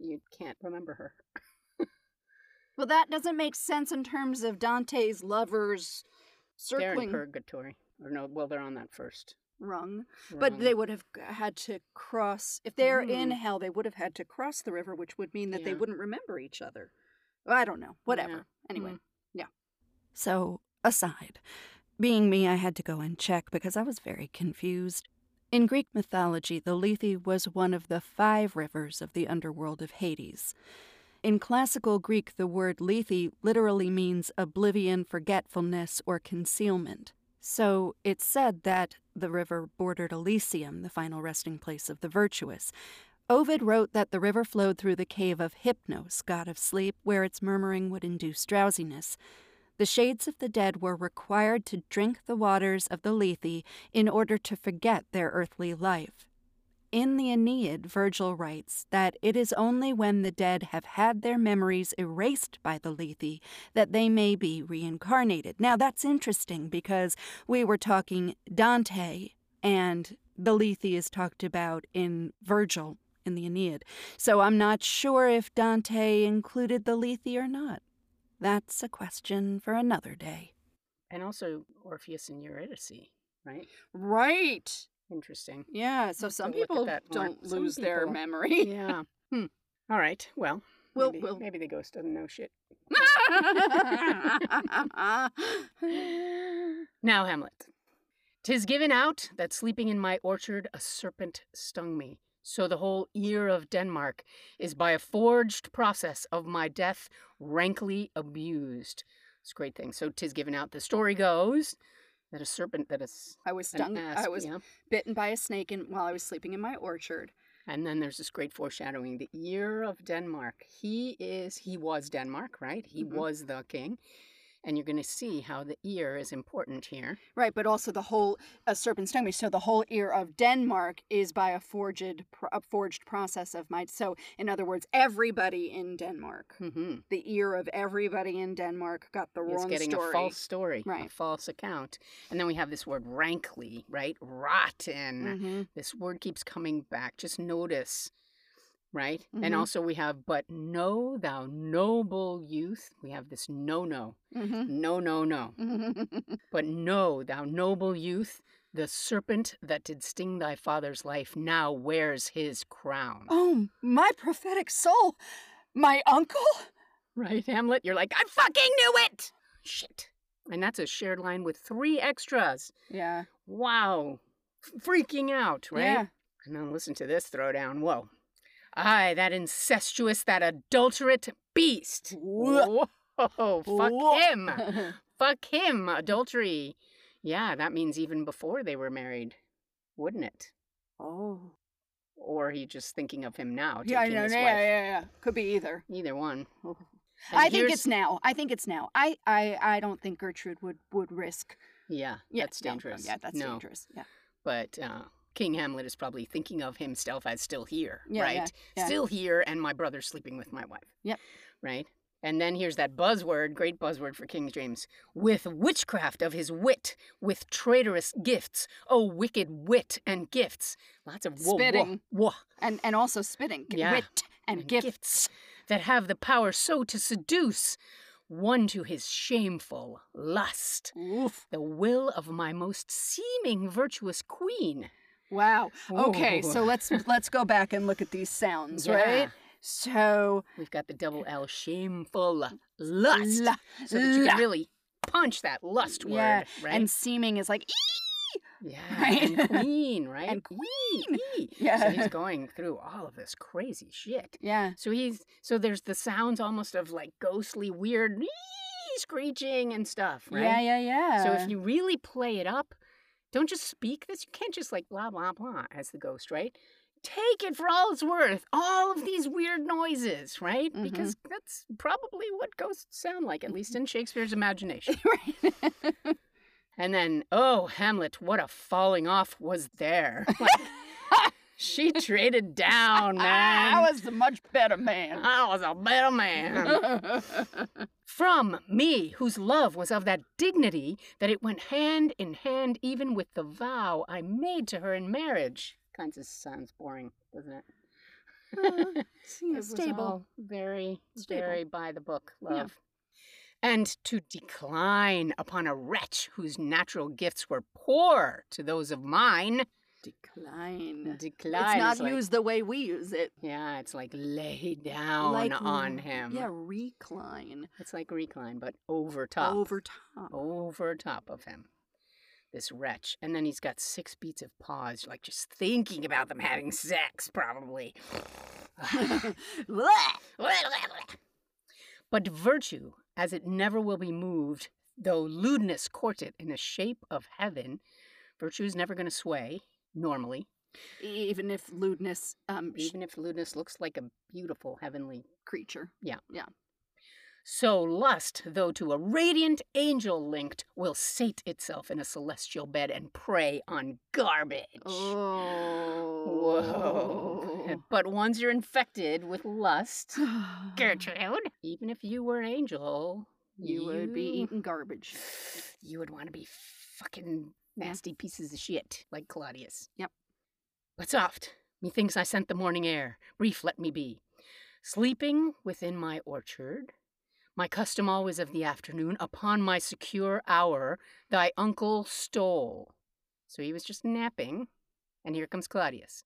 [SPEAKER 2] You can't remember her.
[SPEAKER 3] Well, that doesn't make sense in terms of Dante's lovers
[SPEAKER 2] They're in
[SPEAKER 3] circling
[SPEAKER 2] purgatory. Or no, well, they're on that first.
[SPEAKER 3] rung, but they would have g- had to cross. If they're in
[SPEAKER 2] Mm.
[SPEAKER 3] hell, they would have had to cross the river, which would mean that they
[SPEAKER 2] Yeah.
[SPEAKER 3] wouldn't remember each other. Well, I don't know. Whatever. Anyway,
[SPEAKER 2] Mm.
[SPEAKER 3] yeah. So aside, being me, I had to go and check because I was very confused. In Greek mythology, the Lethe was one of the five rivers of the underworld of Hades. In classical Greek, the word lethe literally means oblivion, forgetfulness, or concealment. So it's said that the river bordered Elysium, the final resting place of the virtuous. Ovid wrote that the river flowed through the cave of Hypnos, god of sleep, where its murmuring would induce drowsiness. The shades of the dead were required to drink the waters of the Lethe in order to forget their earthly life. In the Aeneid, Virgil writes that it is only when the dead have had their memories erased by the Lethe that they may be reincarnated. Now, that's interesting because we were talking Dante, and the Lethe is talked about in Virgil in the Aeneid. So I'm not sure if Dante included the Lethe or not. That's a question for another day.
[SPEAKER 2] And also Orpheus and Eurydice, right?
[SPEAKER 3] Right.
[SPEAKER 2] Interesting.
[SPEAKER 3] Yeah. So
[SPEAKER 2] Have to
[SPEAKER 3] some
[SPEAKER 2] look at
[SPEAKER 3] people
[SPEAKER 2] that more.
[SPEAKER 3] don't
[SPEAKER 2] Some
[SPEAKER 3] lose their
[SPEAKER 2] people-
[SPEAKER 3] memory.
[SPEAKER 2] Yeah.
[SPEAKER 3] Hmm.
[SPEAKER 2] All right. Well,
[SPEAKER 3] Well,
[SPEAKER 2] maybe,
[SPEAKER 3] well-
[SPEAKER 2] maybe the ghost doesn't know shit. Now, Hamlet. Tis given out that sleeping in my orchard a serpent stung me. So the whole ear of Denmark is by a forged process of my death rankly abused. It's a great thing. So tis given out. The story goes that a serpent that is
[SPEAKER 3] I was
[SPEAKER 2] an
[SPEAKER 3] stung. I
[SPEAKER 2] asp,
[SPEAKER 3] was
[SPEAKER 2] yeah.
[SPEAKER 3] bitten by a snake in, while I was sleeping in my orchard.
[SPEAKER 2] And then there's this great foreshadowing. The ear of Denmark. He is, he was Denmark, right? He
[SPEAKER 3] Mhm.
[SPEAKER 2] was the king. And you're going to see how the ear is important here.
[SPEAKER 3] Right, but also the whole a serpent stung me. So the whole ear of Denmark is by a forged pro- a forged process of might. So in other words, everybody in Denmark,
[SPEAKER 2] Mm-hmm.
[SPEAKER 3] the ear of everybody in Denmark got the
[SPEAKER 2] He's
[SPEAKER 3] wrong
[SPEAKER 2] getting
[SPEAKER 3] story.
[SPEAKER 2] a false story, a
[SPEAKER 3] Right.
[SPEAKER 2] false account. And then we have this word rankly, right? Rotten.
[SPEAKER 3] Mhm.
[SPEAKER 2] This word keeps coming back. Just notice, right? And
[SPEAKER 3] Mhm.
[SPEAKER 2] also we have, but know thou noble youth. We have this no, no,
[SPEAKER 3] Mhm.
[SPEAKER 2] no, no, no.
[SPEAKER 3] Mhm.
[SPEAKER 2] But know thou noble youth, the serpent that did sting thy father's life now wears his crown.
[SPEAKER 3] oh, my prophetic soul, my uncle.
[SPEAKER 2] Right, Hamlet? You're like, I fucking knew it! Shit. And that's a shared line with three extras.
[SPEAKER 3] Yeah.
[SPEAKER 2] Wow. Freaking out, right?
[SPEAKER 3] Yeah.
[SPEAKER 2] And then listen to this throwdown. Whoa. Aye, that incestuous, that adulterate beast.
[SPEAKER 3] Wha-
[SPEAKER 2] Whoa. Fuck
[SPEAKER 3] Wha-
[SPEAKER 2] him. Fuck him. Adultery. Yeah, that means even before they were married, wouldn't it?
[SPEAKER 3] oh.
[SPEAKER 2] Or he just thinking of him now.
[SPEAKER 3] Yeah, I
[SPEAKER 2] taking
[SPEAKER 3] know. Yeah,
[SPEAKER 2] his
[SPEAKER 3] yeah,
[SPEAKER 2] wife.
[SPEAKER 3] yeah, yeah. Could be either.
[SPEAKER 2] Either one.
[SPEAKER 3] Oh.
[SPEAKER 2] And
[SPEAKER 3] I think
[SPEAKER 2] here's-
[SPEAKER 3] it's now. I think it's now. I, I, I don't think Gertrude would would risk.
[SPEAKER 2] Yeah,
[SPEAKER 3] Yeah,
[SPEAKER 2] that's
[SPEAKER 3] no, no,
[SPEAKER 2] dangerous.
[SPEAKER 3] yeah, that's
[SPEAKER 2] no.
[SPEAKER 3] dangerous. Yeah.
[SPEAKER 2] But uh, King Hamlet is probably thinking of himself as still here,
[SPEAKER 3] Yeah, yeah,
[SPEAKER 2] right?
[SPEAKER 3] yeah.
[SPEAKER 2] Still here, and my brother sleeping with my wife.
[SPEAKER 3] Yep.
[SPEAKER 2] Right? And then here's that buzzword, great buzzword for King James with witchcraft of his wit, with traitorous gifts, oh, wicked wit and gifts. Lots of whoa,
[SPEAKER 3] Spitting.
[SPEAKER 2] Whoa, whoa,
[SPEAKER 3] and and also spitting g-
[SPEAKER 2] Yeah.
[SPEAKER 3] wit and,
[SPEAKER 2] And
[SPEAKER 3] gifts.
[SPEAKER 2] gifts. that have the power so to seduce one to his shameful lust.
[SPEAKER 3] Oof.
[SPEAKER 2] the will of my most seeming virtuous queen.
[SPEAKER 3] Wow. Okay,
[SPEAKER 2] Ooh.
[SPEAKER 3] so let's let's go back and look at these sounds, right?
[SPEAKER 2] Yeah.
[SPEAKER 3] So
[SPEAKER 2] We've got the double
[SPEAKER 3] Eh,
[SPEAKER 2] L, shameful lust.
[SPEAKER 3] la-
[SPEAKER 2] so that you
[SPEAKER 3] la-
[SPEAKER 2] can really punch that lust word,
[SPEAKER 3] Yeah,
[SPEAKER 2] right?
[SPEAKER 3] and seeming is like
[SPEAKER 2] yeah,
[SPEAKER 3] right.
[SPEAKER 2] and queen, right?
[SPEAKER 3] And
[SPEAKER 2] Ee,
[SPEAKER 3] queen.
[SPEAKER 2] ee. So
[SPEAKER 3] Yeah.
[SPEAKER 2] he's going through all of this crazy shit.
[SPEAKER 3] yeah.
[SPEAKER 2] So he's so there's the sounds almost of like ghostly, weird ee, screeching and stuff, right?
[SPEAKER 3] Yeah, yeah, yeah.
[SPEAKER 2] So if you really play it up, don't just speak this. You can't just like blah blah blah as the ghost, right? Take it for all it's worth. All of these weird noises, right?
[SPEAKER 3] Mm-hmm.
[SPEAKER 2] Because that's probably what ghosts sound like, at least in Shakespeare's imagination.
[SPEAKER 3] Right.
[SPEAKER 2] And then, oh Hamlet, what a falling off was there. Like, she traded down, man.
[SPEAKER 3] Ah, I was a much better man.
[SPEAKER 2] I was a better man. From me, whose love was of that dignity that it went hand in hand even with the vow I made to her in marriage. Kinds of sounds boring, doesn't it? It was all very,
[SPEAKER 3] Stable.
[SPEAKER 2] very by the book
[SPEAKER 3] Yeah.
[SPEAKER 2] love. And to decline upon a wretch whose natural gifts were poor to those of mine.
[SPEAKER 3] Decline.
[SPEAKER 2] Decline.
[SPEAKER 3] it's not
[SPEAKER 2] is like-
[SPEAKER 3] used the way we use it.
[SPEAKER 2] Yeah, it's like lay down
[SPEAKER 3] like
[SPEAKER 2] on him.
[SPEAKER 3] Yeah, recline.
[SPEAKER 2] It's like recline, but over top.
[SPEAKER 3] Over top.
[SPEAKER 2] Oh. over top of him. This wretch. And then he's got six beats of pause, like just thinking about them having sex, probably. but virtue, as it never will be moved, though lewdness court it in the shape of heaven, virtue is never going to sway, normally,
[SPEAKER 3] e, Even if lewdness um sh-
[SPEAKER 2] even if lewdness looks like a beautiful heavenly
[SPEAKER 3] creature.
[SPEAKER 2] So lust, though to a radiant angel linked, will sate itself in a celestial bed and prey on garbage. Whoa.
[SPEAKER 3] Oh.
[SPEAKER 2] Eh, But once you're infected with lust,
[SPEAKER 4] Gertrude.
[SPEAKER 2] even if you were an angel,
[SPEAKER 3] you would be
[SPEAKER 2] you-
[SPEAKER 3] eating garbage.
[SPEAKER 2] You would want to be fucking
[SPEAKER 3] Yeah.
[SPEAKER 2] nasty pieces of shit like Claudius.
[SPEAKER 3] Yep.
[SPEAKER 2] But soft, methinks I scent the morning air. Brief let me be. Sleeping within my orchard, my custom always of the afternoon, upon my secure hour, thy uncle stole. So he was just napping, and here comes Claudius.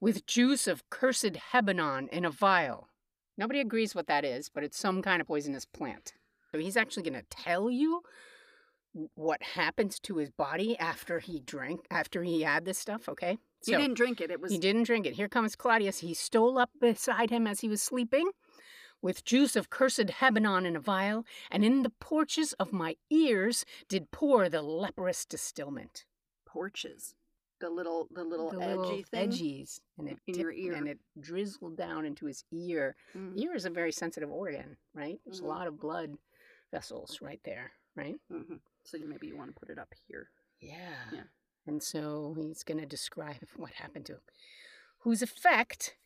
[SPEAKER 2] With juice of cursed Hebanon in a vial. Nobody agrees what that is, but it's some kind of poisonous plant. So he's actually going to tell you w- what happens to his body after he drank, after he had this stuff, okay?
[SPEAKER 3] He didn't drink it. It was
[SPEAKER 2] He didn't drink it. Here comes Claudius. He stole up beside him as he was sleeping with juice of cursed Hebanon in a vial, and in the porches of my ears did pour the leprous distilment.
[SPEAKER 3] porches. The little, the little
[SPEAKER 2] The
[SPEAKER 3] edgy thing.
[SPEAKER 2] edgies. And it,
[SPEAKER 3] in
[SPEAKER 2] dip-
[SPEAKER 3] your ear.
[SPEAKER 2] and it drizzled down into his ear.
[SPEAKER 3] Mm.
[SPEAKER 2] Ear is a very sensitive organ, right? There's
[SPEAKER 3] Mhm.
[SPEAKER 2] a lot of blood vessels right there, right?
[SPEAKER 3] Mhm. So you- maybe you want to put it up here.
[SPEAKER 2] Yeah.
[SPEAKER 3] Yeah.
[SPEAKER 2] And so he's going to describe what happened to him, whose effect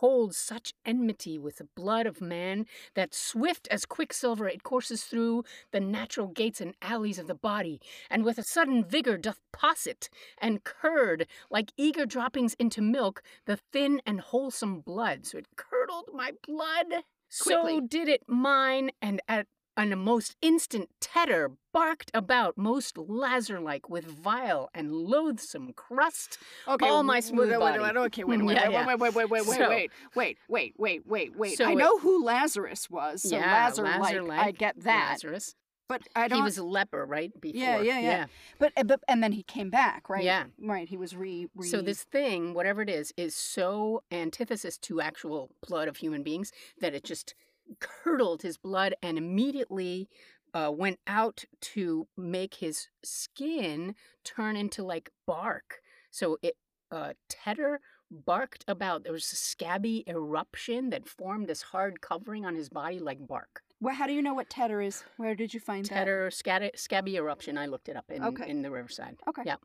[SPEAKER 2] holds such enmity with the blood of man that swift as quicksilver it courses through the natural gates and alleys of the body, and with a sudden vigor doth posset and curd like eager droppings into milk the thin and wholesome blood. So it curdled my blood. So
[SPEAKER 3] Quickly.
[SPEAKER 2] did it mine, and at and a most instant tetter barked about most lazar like with vile and loathsome crust
[SPEAKER 3] Okay,
[SPEAKER 2] All my
[SPEAKER 3] wait,
[SPEAKER 2] smooth
[SPEAKER 3] wait,
[SPEAKER 2] body.
[SPEAKER 3] wait,
[SPEAKER 2] Mm,
[SPEAKER 3] wait, okay, wait, wait,
[SPEAKER 2] Yeah,
[SPEAKER 3] wait,
[SPEAKER 2] yeah.
[SPEAKER 3] wait, wait, wait, wait, wait,
[SPEAKER 2] So-
[SPEAKER 3] wait, wait, wait, wait, wait, wait.
[SPEAKER 2] So
[SPEAKER 3] I
[SPEAKER 2] it-
[SPEAKER 3] know who Lazarus was, so
[SPEAKER 2] Yeah,
[SPEAKER 3] Lazar, like, I
[SPEAKER 2] Lazar-like,
[SPEAKER 3] get that,
[SPEAKER 2] lazarus
[SPEAKER 3] but I don't.
[SPEAKER 2] he was a leper right before
[SPEAKER 3] Yeah, yeah, yeah. but, eh, but and then he came back, right?
[SPEAKER 2] Yeah.
[SPEAKER 3] right. He was re. re
[SPEAKER 2] so this thing whatever it is is so antithesis to actual blood of human beings that it just curdled his blood and immediately uh, went out to make his skin turn into like bark so it uh, tedder barked about there was a scabby eruption that formed this hard covering on his body like bark
[SPEAKER 3] Well, how do you know what tetter is? Where did you find that?
[SPEAKER 2] Tedder scat- scabby eruption. I looked it up in,
[SPEAKER 3] Okay.
[SPEAKER 2] in the Riverside.
[SPEAKER 3] Okay.
[SPEAKER 2] Yeah.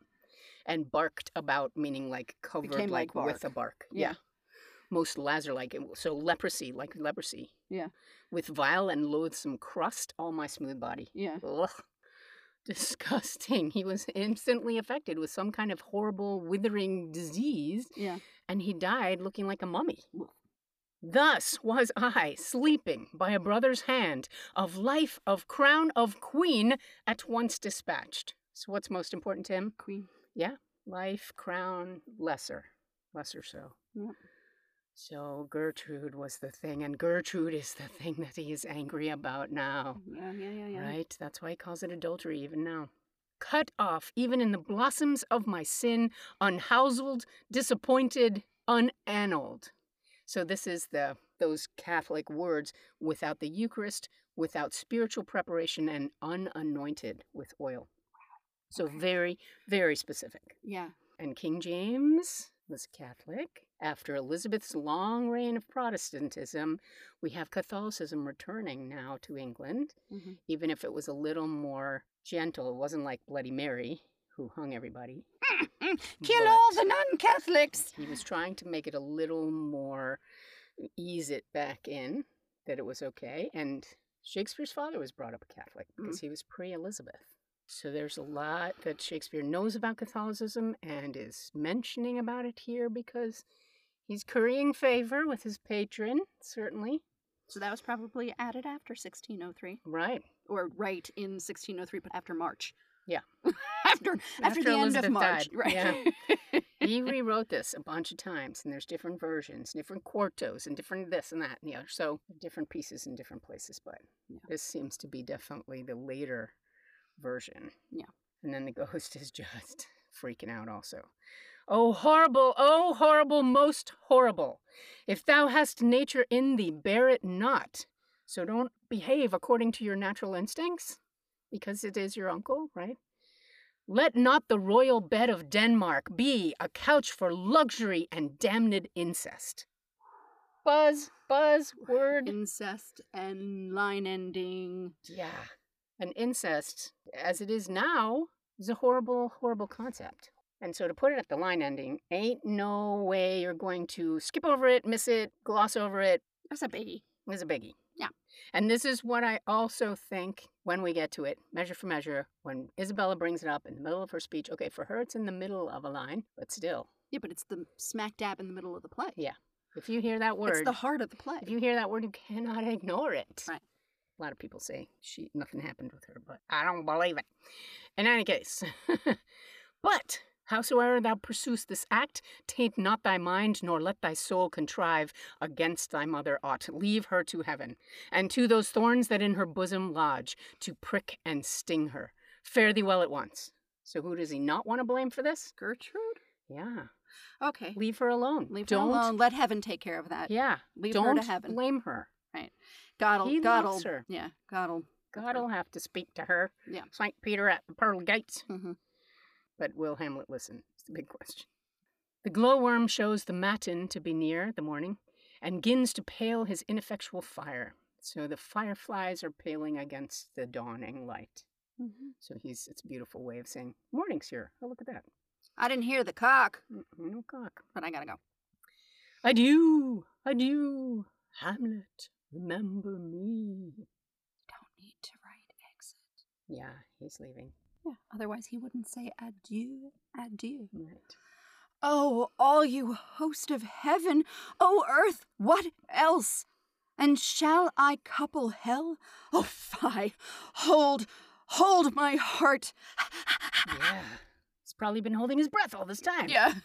[SPEAKER 2] And barked about, meaning like covered,
[SPEAKER 3] Became like
[SPEAKER 2] like, with a bark.
[SPEAKER 3] Yeah.
[SPEAKER 2] Most lazar like it. So leprosy, like leprosy.
[SPEAKER 3] Yeah.
[SPEAKER 2] With vile and loathsome crust, all my smooth body.
[SPEAKER 3] Yeah.
[SPEAKER 2] Ugh. Disgusting. He was instantly affected with some kind of horrible withering disease
[SPEAKER 3] Yeah.
[SPEAKER 2] and he died looking like a mummy.
[SPEAKER 3] Woof.
[SPEAKER 2] Thus was I sleeping by a brother's hand, of life of crown of queen, at once dispatched. So, what's most important to him?
[SPEAKER 3] Queen.
[SPEAKER 2] Life, crown, lesser, lesser so.
[SPEAKER 3] Yep.
[SPEAKER 2] So, Gertrude was the thing, and Gertrude is the thing that he is angry about now.
[SPEAKER 3] Yeah, yeah, yeah, yeah.
[SPEAKER 2] Right? That's why he calls it adultery even now. Cut off, even in the blossoms of my sin, unhouselled, disappointed, unannaled. So this is the those Catholic words without the Eucharist, without spiritual preparation, and unanointed with oil. So
[SPEAKER 3] Okay.
[SPEAKER 2] very, very specific.
[SPEAKER 3] Yeah.
[SPEAKER 2] And King James was Catholic. After Elizabeth's long reign of Protestantism, we have Catholicism returning now to England
[SPEAKER 3] hmm
[SPEAKER 2] even if it was a little more gentle. It wasn't like Bloody Mary, who hung everybody.
[SPEAKER 3] Kill all
[SPEAKER 2] But-
[SPEAKER 3] the non-Catholics.
[SPEAKER 2] He was trying to make it a little more ease it back in that it was okay. And Shakespeare's father was brought up a Catholic because he was pre Elizabeth. So there's a lot that Shakespeare knows about Catholicism and is mentioning about it here because he's currying favor with his patron, certainly.
[SPEAKER 3] So that was probably added after 1603,
[SPEAKER 2] Right.
[SPEAKER 3] or right in 1603, but after March.
[SPEAKER 2] Yeah.
[SPEAKER 3] after, after the end
[SPEAKER 2] Elizabeth
[SPEAKER 3] of March,
[SPEAKER 2] died,
[SPEAKER 3] right?
[SPEAKER 2] he rewrote this a bunch of times, and there's different versions, different quartos, and different this and that and the other. So different pieces in different places, but
[SPEAKER 3] Yeah.
[SPEAKER 2] this seems to be definitely the later version.
[SPEAKER 3] Yeah.
[SPEAKER 2] And then the ghost is just freaking out also. Oh, horrible, oh, horrible, most horrible. If thou hast nature in thee, bear it not. So don't behave according to your natural instincts, because it is your uncle, right? Let not the royal bed of Denmark be a couch for luxury and damned incest. Buzz, buzz, word.
[SPEAKER 3] Incest and line ending.
[SPEAKER 2] Yeah. And incest, as it is now, is a horrible, horrible concept. And so to put it at the line ending, ain't no way you're going to skip over it, miss it, gloss over it.
[SPEAKER 3] That's a biggie.
[SPEAKER 2] It's a biggie.
[SPEAKER 3] Yeah.
[SPEAKER 2] And this is what I also think when we get to it, measure for measure, when Isabella brings it up in the middle of her speech. Okay, for her, it's in the middle of a line, but still,
[SPEAKER 3] Yeah, but it's the smack dab in the middle of the play.
[SPEAKER 2] Yeah, if you hear that word,
[SPEAKER 3] It's the heart of the play.
[SPEAKER 2] If you hear that word, you cannot ignore it.
[SPEAKER 3] Right.
[SPEAKER 2] A lot of people say she nothing happened with her, but I don't believe it. In any case, but howsoever thou pursuest this act, taint not thy mind, nor let thy soul contrive against thy mother aught. Leave her to heaven, and to those thorns that in her bosom lodge, to prick and sting her. Fare thee well at once. So who does he not want to blame for this?
[SPEAKER 3] Gertrude?
[SPEAKER 2] Yeah,
[SPEAKER 3] Okay.
[SPEAKER 2] leave her alone.
[SPEAKER 3] Leave
[SPEAKER 2] don't,
[SPEAKER 3] her alone. Let heaven take care of that.
[SPEAKER 2] Yeah,
[SPEAKER 3] Leave
[SPEAKER 2] don't
[SPEAKER 3] her to heaven.
[SPEAKER 2] blame her.
[SPEAKER 3] God'll,
[SPEAKER 2] He
[SPEAKER 3] God'll,
[SPEAKER 2] loves her.
[SPEAKER 3] yeah, God'll.
[SPEAKER 2] God'll have to speak to her.
[SPEAKER 3] Yeah.
[SPEAKER 2] St. Peter at the pearl gates.
[SPEAKER 3] Mm-hmm.
[SPEAKER 2] But will Hamlet listen? It's the big question. The glowworm shows the matin to be near the morning, and gins to pale his ineffectual fire. So the fireflies are paling against the dawning light. So he's it's a beautiful way of saying morning's here. Oh look at that.
[SPEAKER 3] I didn't hear the cock,
[SPEAKER 2] Mm, No cock.
[SPEAKER 3] but I gotta go.
[SPEAKER 2] Adieu, adieu, Hamlet. Remember me.
[SPEAKER 3] Don't need to write exit.
[SPEAKER 2] Yeah, he's leaving.
[SPEAKER 3] Yeah, otherwise he wouldn't say adieu, adieu.
[SPEAKER 2] Right.
[SPEAKER 3] Oh, all you host of heaven! Oh, earth, what else? And shall I couple hell? Oh, fie! Hold, hold my heart!
[SPEAKER 2] Yeah. He's probably been holding his breath all this time.
[SPEAKER 3] Yeah.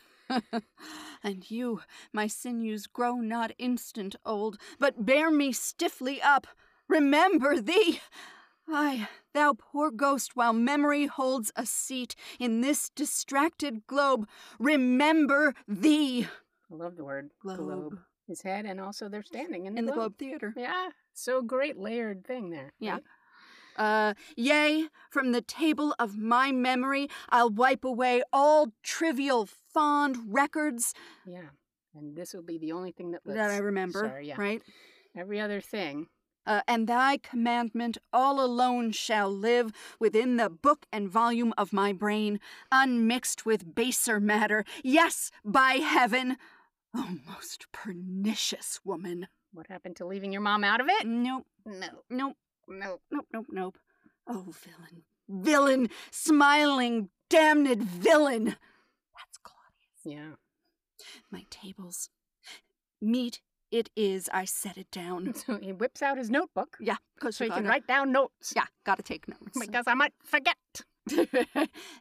[SPEAKER 3] and you, my sinews grow not instant old, but bear me stiffly up. Remember thee! Ay, thou poor ghost, while memory holds a seat in this distracted globe, remember thee!
[SPEAKER 2] I love the word
[SPEAKER 3] Globe.
[SPEAKER 2] His head, and also they're standing in the,
[SPEAKER 3] In the
[SPEAKER 2] globe.
[SPEAKER 3] Globe Theater.
[SPEAKER 2] Yeah, so great layered thing there.
[SPEAKER 3] Yeah.
[SPEAKER 2] right?
[SPEAKER 3] Uh, yea, from the table of my memory, I'll wipe away all trivial, fond records
[SPEAKER 2] yeah. And this will be the only thing that lives.
[SPEAKER 3] that I remember.
[SPEAKER 2] Sorry, yeah.
[SPEAKER 3] Right?
[SPEAKER 2] Every other thing.
[SPEAKER 3] Uh, and thy commandment all alone shall live within the book and volume of my brain, unmixed with baser matter. Yes, by heaven! O most pernicious woman. Eh,
[SPEAKER 2] What happened to leaving your mom out of it?
[SPEAKER 3] Nope,
[SPEAKER 2] No,
[SPEAKER 3] nope,
[SPEAKER 2] no.
[SPEAKER 3] nope, nope, nope. Oh, villain, villain, smiling, damned villain! That's Claudius.
[SPEAKER 2] Yeah.
[SPEAKER 3] My tables. Meat it is, I set it down.
[SPEAKER 2] So he whips out his notebook
[SPEAKER 3] Yeah, because
[SPEAKER 2] so he can write down notes.
[SPEAKER 3] Yeah, gotta take notes.
[SPEAKER 2] Because I might forget.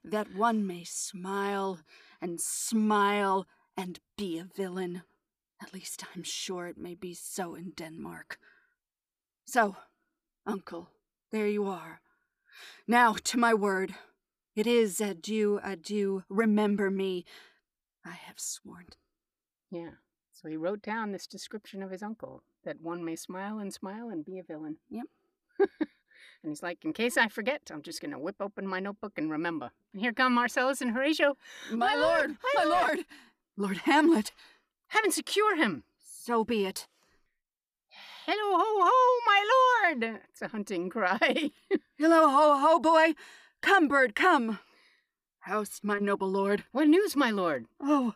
[SPEAKER 3] that one may smile and smile and be a villain. At least I'm sure it may be so in Denmark. So, Uncle, there you are. Now to my word. It is adieu, adieu. Remember me. I have sworn.
[SPEAKER 2] Yeah. So he wrote down this description of his uncle that one may smile and smile and be a villain.
[SPEAKER 3] Yep.
[SPEAKER 2] and he's like, in case I forget, I'm just going to whip open my notebook and remember. And here come Marcellus and Horatio.
[SPEAKER 3] My lord, my lord, Lord Hamlet.
[SPEAKER 2] Heaven secure him.
[SPEAKER 3] So be it.
[SPEAKER 2] Hello, ho, ho, my lord. It's a hunting cry.
[SPEAKER 3] Hello, ho, ho, boy. Come, bird, come. House, my noble lord.
[SPEAKER 2] what news, my lord?
[SPEAKER 3] Oh,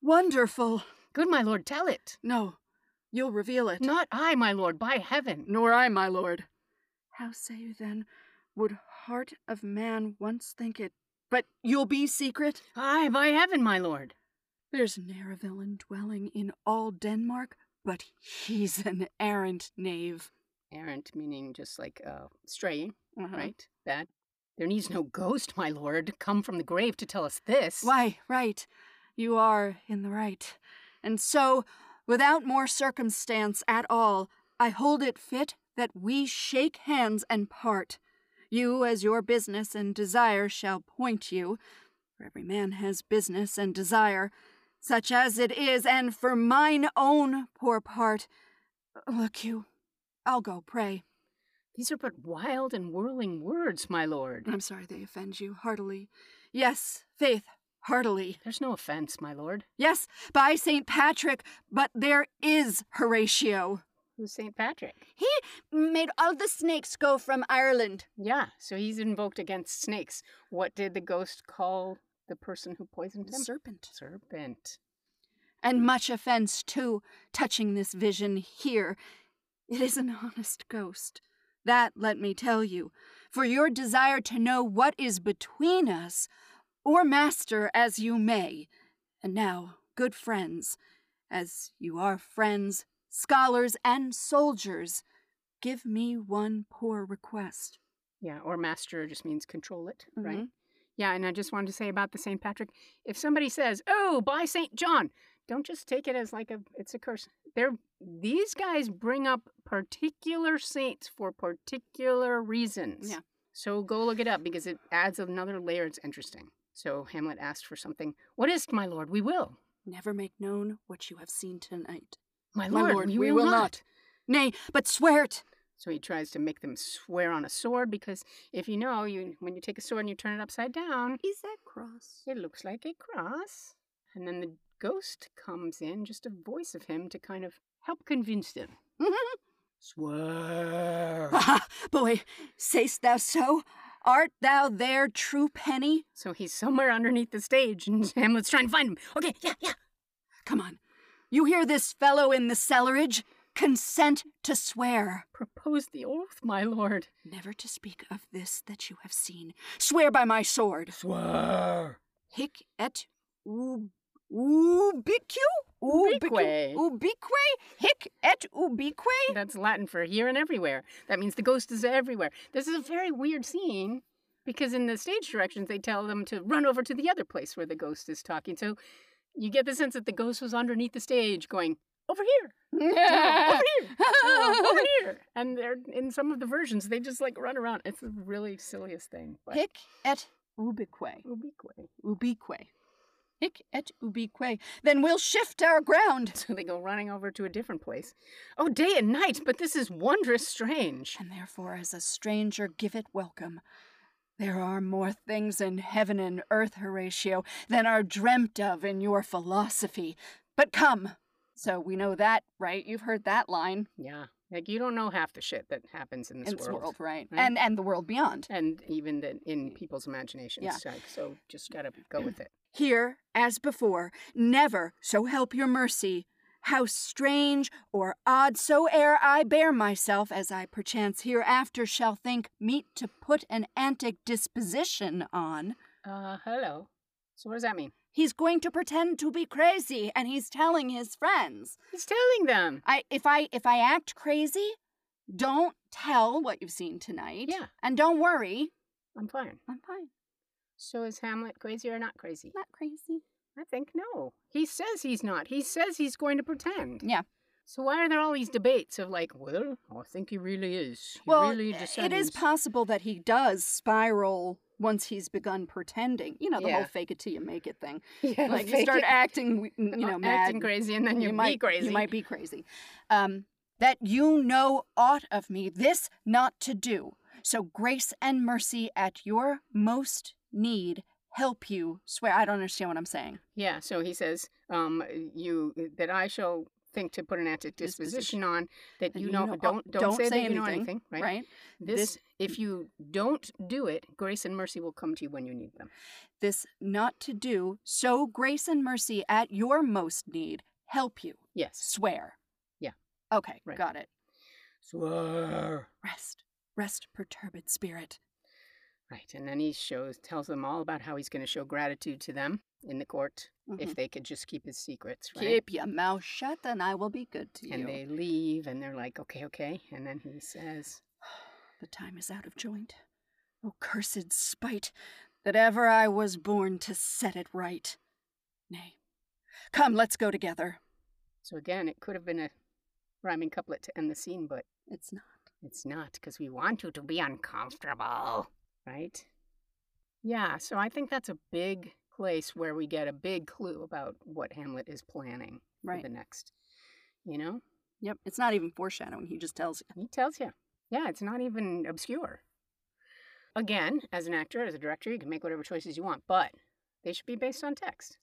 [SPEAKER 3] wonderful.
[SPEAKER 2] Good, my lord, tell it.
[SPEAKER 3] No, you'll reveal it.
[SPEAKER 2] Not I, my lord, by heaven.
[SPEAKER 3] Nor I, my lord. How say you then? Would heart of man once think it? But you'll be secret?
[SPEAKER 2] I, by heaven, my lord.
[SPEAKER 3] There's ne'er a villain dwelling in all Denmark, but he's an errant knave.
[SPEAKER 2] Errant, meaning just like uh, straying,
[SPEAKER 3] Uh-huh.
[SPEAKER 2] right? That. There needs no ghost, my lord, come from the grave to tell us this.
[SPEAKER 3] Why, right. You are in the right. And so, without more circumstance at all, I hold it fit that we shake hands and part. You, as your business and desire shall point you, for every man has business and desire, such as it is, and for mine own poor part, look you, I'll go pray.
[SPEAKER 2] These are but wild and whirling words, my lord.
[SPEAKER 3] I'm sorry they offend you heartily. Yes, faith, heartily.
[SPEAKER 2] There's no offense, my lord.
[SPEAKER 3] Yes, by St. Patrick, but there is Horatio.
[SPEAKER 2] Who's St. Patrick?
[SPEAKER 3] He made all the snakes go from Ireland.
[SPEAKER 2] Yeah, so he's invoked against snakes. What did the ghost call the person who poisoned him?
[SPEAKER 3] serpent.
[SPEAKER 2] Serpent.
[SPEAKER 3] And much offense, too, touching this vision here. It is an honest ghost. That let me tell you. For your desire to know what is between us, or master as you may. And now, good friends, as you are friends, scholars, and soldiers, give me one poor request.
[SPEAKER 2] Yeah, or master just means control it, right?
[SPEAKER 3] Mhm.
[SPEAKER 2] Yeah, and I just wanted to say about the St. Patrick if somebody says, oh, by St. John, don't just take it as like a it's a curse. They're these guys bring up particular saints for particular reasons.
[SPEAKER 3] Yeah.
[SPEAKER 2] So go look it up because it adds another layer. It's interesting. So Hamlet asked for something. What is't, my lord? We will.
[SPEAKER 3] Never make known what you have seen tonight.
[SPEAKER 2] My
[SPEAKER 3] My
[SPEAKER 2] lord,
[SPEAKER 3] lord,
[SPEAKER 2] we,
[SPEAKER 3] we
[SPEAKER 2] will
[SPEAKER 3] will
[SPEAKER 2] not.
[SPEAKER 3] Nay, but swear't.
[SPEAKER 2] So he tries to make them swear on a sword because if you know, you when you take a sword and you turn it upside down,
[SPEAKER 3] Is that cross?
[SPEAKER 2] it looks like a cross. And then the ghost comes in, just a voice of him to kind of help convince them.
[SPEAKER 3] Mm-hmm.
[SPEAKER 2] Swear.
[SPEAKER 3] Ah, boy, sayst thou so? Art thou there, true penny?
[SPEAKER 2] so he's somewhere underneath the stage, and Hamlet's trying to find him. Okay, yeah, yeah.
[SPEAKER 3] Come on. You hear this fellow in the cellarage? Consent to swear.
[SPEAKER 2] Propose the oath, my lord.
[SPEAKER 3] Never to speak of this that you have seen. Swear by my sword.
[SPEAKER 2] Swear.
[SPEAKER 3] Hic et ub- ubique?
[SPEAKER 2] Ubique.
[SPEAKER 3] Ubique? Hic et ubique?
[SPEAKER 2] That's Latin for here and everywhere. That means the ghost is everywhere. This is a very weird scene because in the stage directions they tell them to run over to the other place where the ghost is talking. So you get the sense that the ghost was underneath the stage going, over here, oh, over here, oh, over here. And they're, in some of the versions, they just like run around. It's the really silliest thing. But
[SPEAKER 3] Hic et ubique.
[SPEAKER 2] Ubique.
[SPEAKER 3] Ubique. Hic et ubique. Then we'll shift our ground.
[SPEAKER 2] So they go running over to a different place. Oh, day and night, but this is wondrous strange.
[SPEAKER 3] and therefore as a stranger give it welcome. There are more things in heaven and earth, Horatio, than are dreamt of in your philosophy. But come. So we know that, right? You've heard that line
[SPEAKER 2] Yeah. Like you don't know half the shit that happens in this, Hmm?
[SPEAKER 3] in this world, right?
[SPEAKER 2] right?
[SPEAKER 3] And and the world beyond.
[SPEAKER 2] and even the, in people's imaginations.
[SPEAKER 3] Yeah.
[SPEAKER 2] So, so just gotta go with it.
[SPEAKER 3] Here, as before, never, so help your mercy, how strange or odd soe'er I bear myself, as I perchance hereafter shall think meet to put an antic disposition on,
[SPEAKER 2] Uh, hello. So what does that mean?
[SPEAKER 3] He's going to pretend to be crazy and he's telling his friends.
[SPEAKER 2] He's telling them.
[SPEAKER 3] I if I if I act crazy, don't tell what you've seen tonight.
[SPEAKER 2] Yeah.
[SPEAKER 3] And don't worry.
[SPEAKER 2] I'm fine.
[SPEAKER 3] I'm fine.
[SPEAKER 2] So is Hamlet crazy or not crazy?
[SPEAKER 3] Not crazy.
[SPEAKER 2] I think no. He says he's not. He says he's going to pretend.
[SPEAKER 3] Yeah.
[SPEAKER 2] So why are there all these debates of like, well, I think he really is. He
[SPEAKER 3] well, eh,
[SPEAKER 2] really
[SPEAKER 3] it is
[SPEAKER 2] descends.
[SPEAKER 3] possible that he does spiral once he's begun pretending. You know the whole
[SPEAKER 2] Yeah.
[SPEAKER 3] fake it till you make it thing.
[SPEAKER 2] yeah,
[SPEAKER 3] Like you start acting, you know, mad.
[SPEAKER 2] Uh, acting crazy, and then you,
[SPEAKER 3] might
[SPEAKER 2] be crazy.
[SPEAKER 3] You might be crazy. Um, that you know aught of me, this not to do. So grace and mercy at your most need help you swear. I don't understand what I'm saying.
[SPEAKER 2] Yeah, so he says, um, you that I shall think to put an antic disposition
[SPEAKER 3] Disposition.
[SPEAKER 2] on that
[SPEAKER 3] That
[SPEAKER 2] you
[SPEAKER 3] you
[SPEAKER 2] know,
[SPEAKER 3] know- oh,
[SPEAKER 2] don't, don't
[SPEAKER 3] don't
[SPEAKER 2] say, that
[SPEAKER 3] say
[SPEAKER 2] you know
[SPEAKER 3] anything,
[SPEAKER 2] anything, right?
[SPEAKER 3] Right?
[SPEAKER 2] This,
[SPEAKER 3] This-
[SPEAKER 2] if you don't do it, grace and mercy will come to you when you need them.
[SPEAKER 3] This not to do. So grace and mercy at your most need help you
[SPEAKER 2] Yes.
[SPEAKER 3] swear.
[SPEAKER 2] Yeah.
[SPEAKER 3] Okay.
[SPEAKER 2] Right.
[SPEAKER 3] Got it.
[SPEAKER 2] Swear.
[SPEAKER 3] Rest. Rest, perturbed spirit.
[SPEAKER 2] Right, and then he shows tells them all about how he's going to show gratitude to them in the court if they could just keep his secrets, right?
[SPEAKER 3] Mm-hmm. Keep your mouth shut, and I will be good to
[SPEAKER 2] and
[SPEAKER 3] you.
[SPEAKER 2] they leave, and they're like, okay, okay, and then he says,
[SPEAKER 3] The time is out of joint. O cursed spite that ever I was born to set it right. Nay, come, let's go together.
[SPEAKER 2] so again, it could have been a rhyming couplet to end the scene, but
[SPEAKER 3] It's not.
[SPEAKER 2] It's not because we want you to be uncomfortable, right? Yeah, so I think that's a big place where we get a big clue about what Hamlet is planning
[SPEAKER 3] Right.
[SPEAKER 2] for the next. You know,
[SPEAKER 3] Yep, it's not even foreshadowing. He just tells you.
[SPEAKER 2] he tells you. Yeah, it's not even obscure. Again, as an actor, as a director, you can make whatever choices you want, but They should be based on text.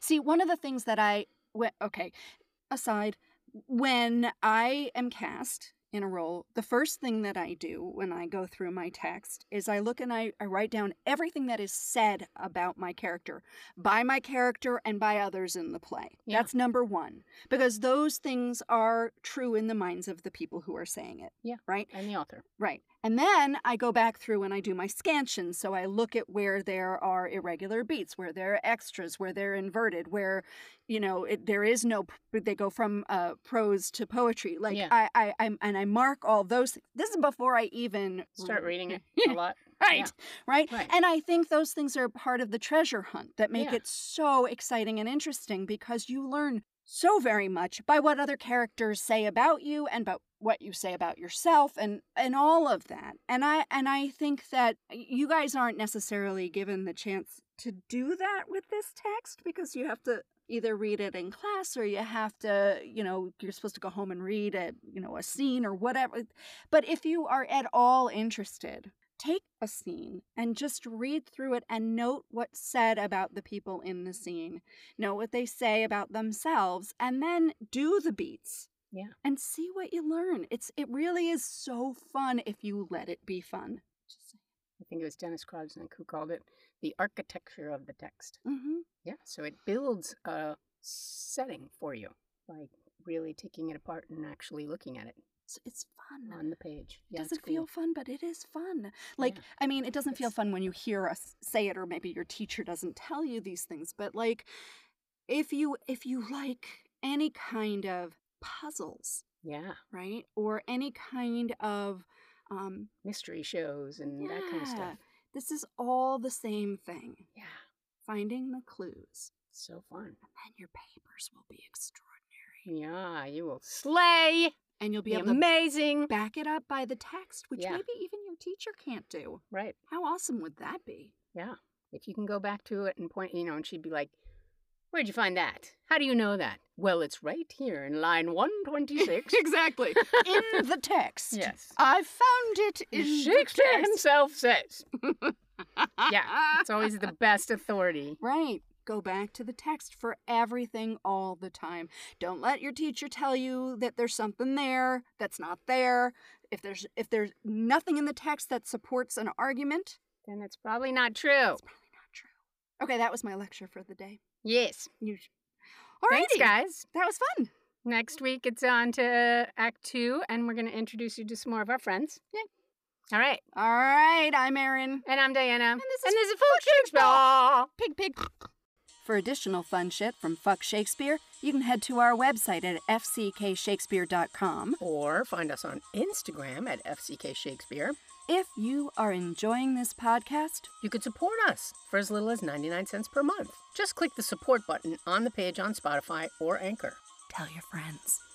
[SPEAKER 3] See, one of the things that I wh- okay, aside, when I am cast in a role, the first thing that I do when I go through my text is I look and I, I write down everything that is said about my character by my character and by others in the play.
[SPEAKER 2] Yeah.
[SPEAKER 3] That's number one. Because those things are true in the minds of the people who are saying it.
[SPEAKER 2] Yeah.
[SPEAKER 3] Right?
[SPEAKER 2] And the author.
[SPEAKER 3] Right. And then I go back through and I do my scansion. So I look at where there are irregular beats, where there are extras, where they're inverted, where, you know, it, there is no, p- they go from uh, prose to poetry. Like
[SPEAKER 2] Yeah.
[SPEAKER 3] I, I, I'm, and I mark all those. thi- This is before I even
[SPEAKER 2] Start reading it a lot.
[SPEAKER 3] Right.
[SPEAKER 2] Yeah.
[SPEAKER 3] Right.
[SPEAKER 2] Right.
[SPEAKER 3] And I think those things are part of the treasure hunt that make
[SPEAKER 2] Yeah.
[SPEAKER 3] it so exciting and interesting because you learn so very much by what other characters say about you and about what you say about yourself and and all of that. And I and I think that you guys aren't necessarily given the chance to do that with this text because you have to either read it in class or you have to, you know, you're supposed to go home and read a, you know, a scene or whatever. But if you are at all interested take a scene and just read through it and note what's said about the people in the scene, note what they say about themselves, and then do the beats.
[SPEAKER 2] Yeah.
[SPEAKER 3] And see what you learn. It's it really is so fun if you let it be fun. Just,
[SPEAKER 2] I think it was Dennis Krosnick who called it the architecture of the text.
[SPEAKER 3] Mhm.
[SPEAKER 2] Yeah, so it builds a setting for you by really taking it apart and actually looking at it
[SPEAKER 3] It's, it's fun.
[SPEAKER 2] on the page.
[SPEAKER 3] It
[SPEAKER 2] Uh, Yeah, it's
[SPEAKER 3] doesn't feel
[SPEAKER 2] cool.
[SPEAKER 3] fun, but it is fun. Like,
[SPEAKER 2] Yeah.
[SPEAKER 3] I mean, it doesn't feel
[SPEAKER 2] It's-
[SPEAKER 3] fun when you hear us say it, or maybe your teacher doesn't tell you these things. But like, if you if you like any kind of puzzles,
[SPEAKER 2] yeah,
[SPEAKER 3] right, or any kind of um,
[SPEAKER 2] mystery shows and that kind of
[SPEAKER 3] Yeah.
[SPEAKER 2] stuff.
[SPEAKER 3] this is all the same thing.
[SPEAKER 2] Yeah,
[SPEAKER 3] Finding the clues,
[SPEAKER 2] so fun.
[SPEAKER 3] and then your papers will be extraordinary,
[SPEAKER 2] Yeah, you will slay.
[SPEAKER 3] and you'll be
[SPEAKER 2] Be
[SPEAKER 3] able to
[SPEAKER 2] amazing.
[SPEAKER 3] back it up by the text, which
[SPEAKER 2] Yeah.
[SPEAKER 3] maybe even your teacher can't do.
[SPEAKER 2] Right.
[SPEAKER 3] How awesome would that be?
[SPEAKER 2] Yeah. If you can go back to it and point, you know, and she'd be like, Where'd you find that? How do you know that? Well, it's right here in line 126.
[SPEAKER 3] exactly. In the text.
[SPEAKER 2] yes.
[SPEAKER 3] I found it in the
[SPEAKER 2] Shakespeare
[SPEAKER 3] text.
[SPEAKER 2] himself says. Yeah, it's always the best authority.
[SPEAKER 3] Right. Go back to the text for everything all the time. Don't let your teacher tell you that there's something there that's not there. If there's if there's nothing in the text that supports an argument,
[SPEAKER 2] Then it's probably not true.
[SPEAKER 3] it's probably not true. Okay, that was my lecture for the day.
[SPEAKER 2] Yes.
[SPEAKER 3] You All right,
[SPEAKER 2] Thanks, guys.
[SPEAKER 3] That was fun.
[SPEAKER 2] Next week it's on to Act Two, and we're going to introduce you to some more of our friends.
[SPEAKER 3] Yay.
[SPEAKER 2] All right.
[SPEAKER 3] All right, I'm Erin.
[SPEAKER 2] And I'm Diana.
[SPEAKER 3] And this is
[SPEAKER 2] a Full Shakespeare.
[SPEAKER 3] Pig, pig. For additional fun shit from Fuck Shakespeare, you can head to our website at fckshakespeare.com.
[SPEAKER 2] Or find us on Instagram at FCK Shakespeare.
[SPEAKER 3] If you are enjoying this podcast,
[SPEAKER 2] You could support us for as little as 99 cents per month. Just click the support button on the page on Spotify or Anchor.
[SPEAKER 3] tell your friends.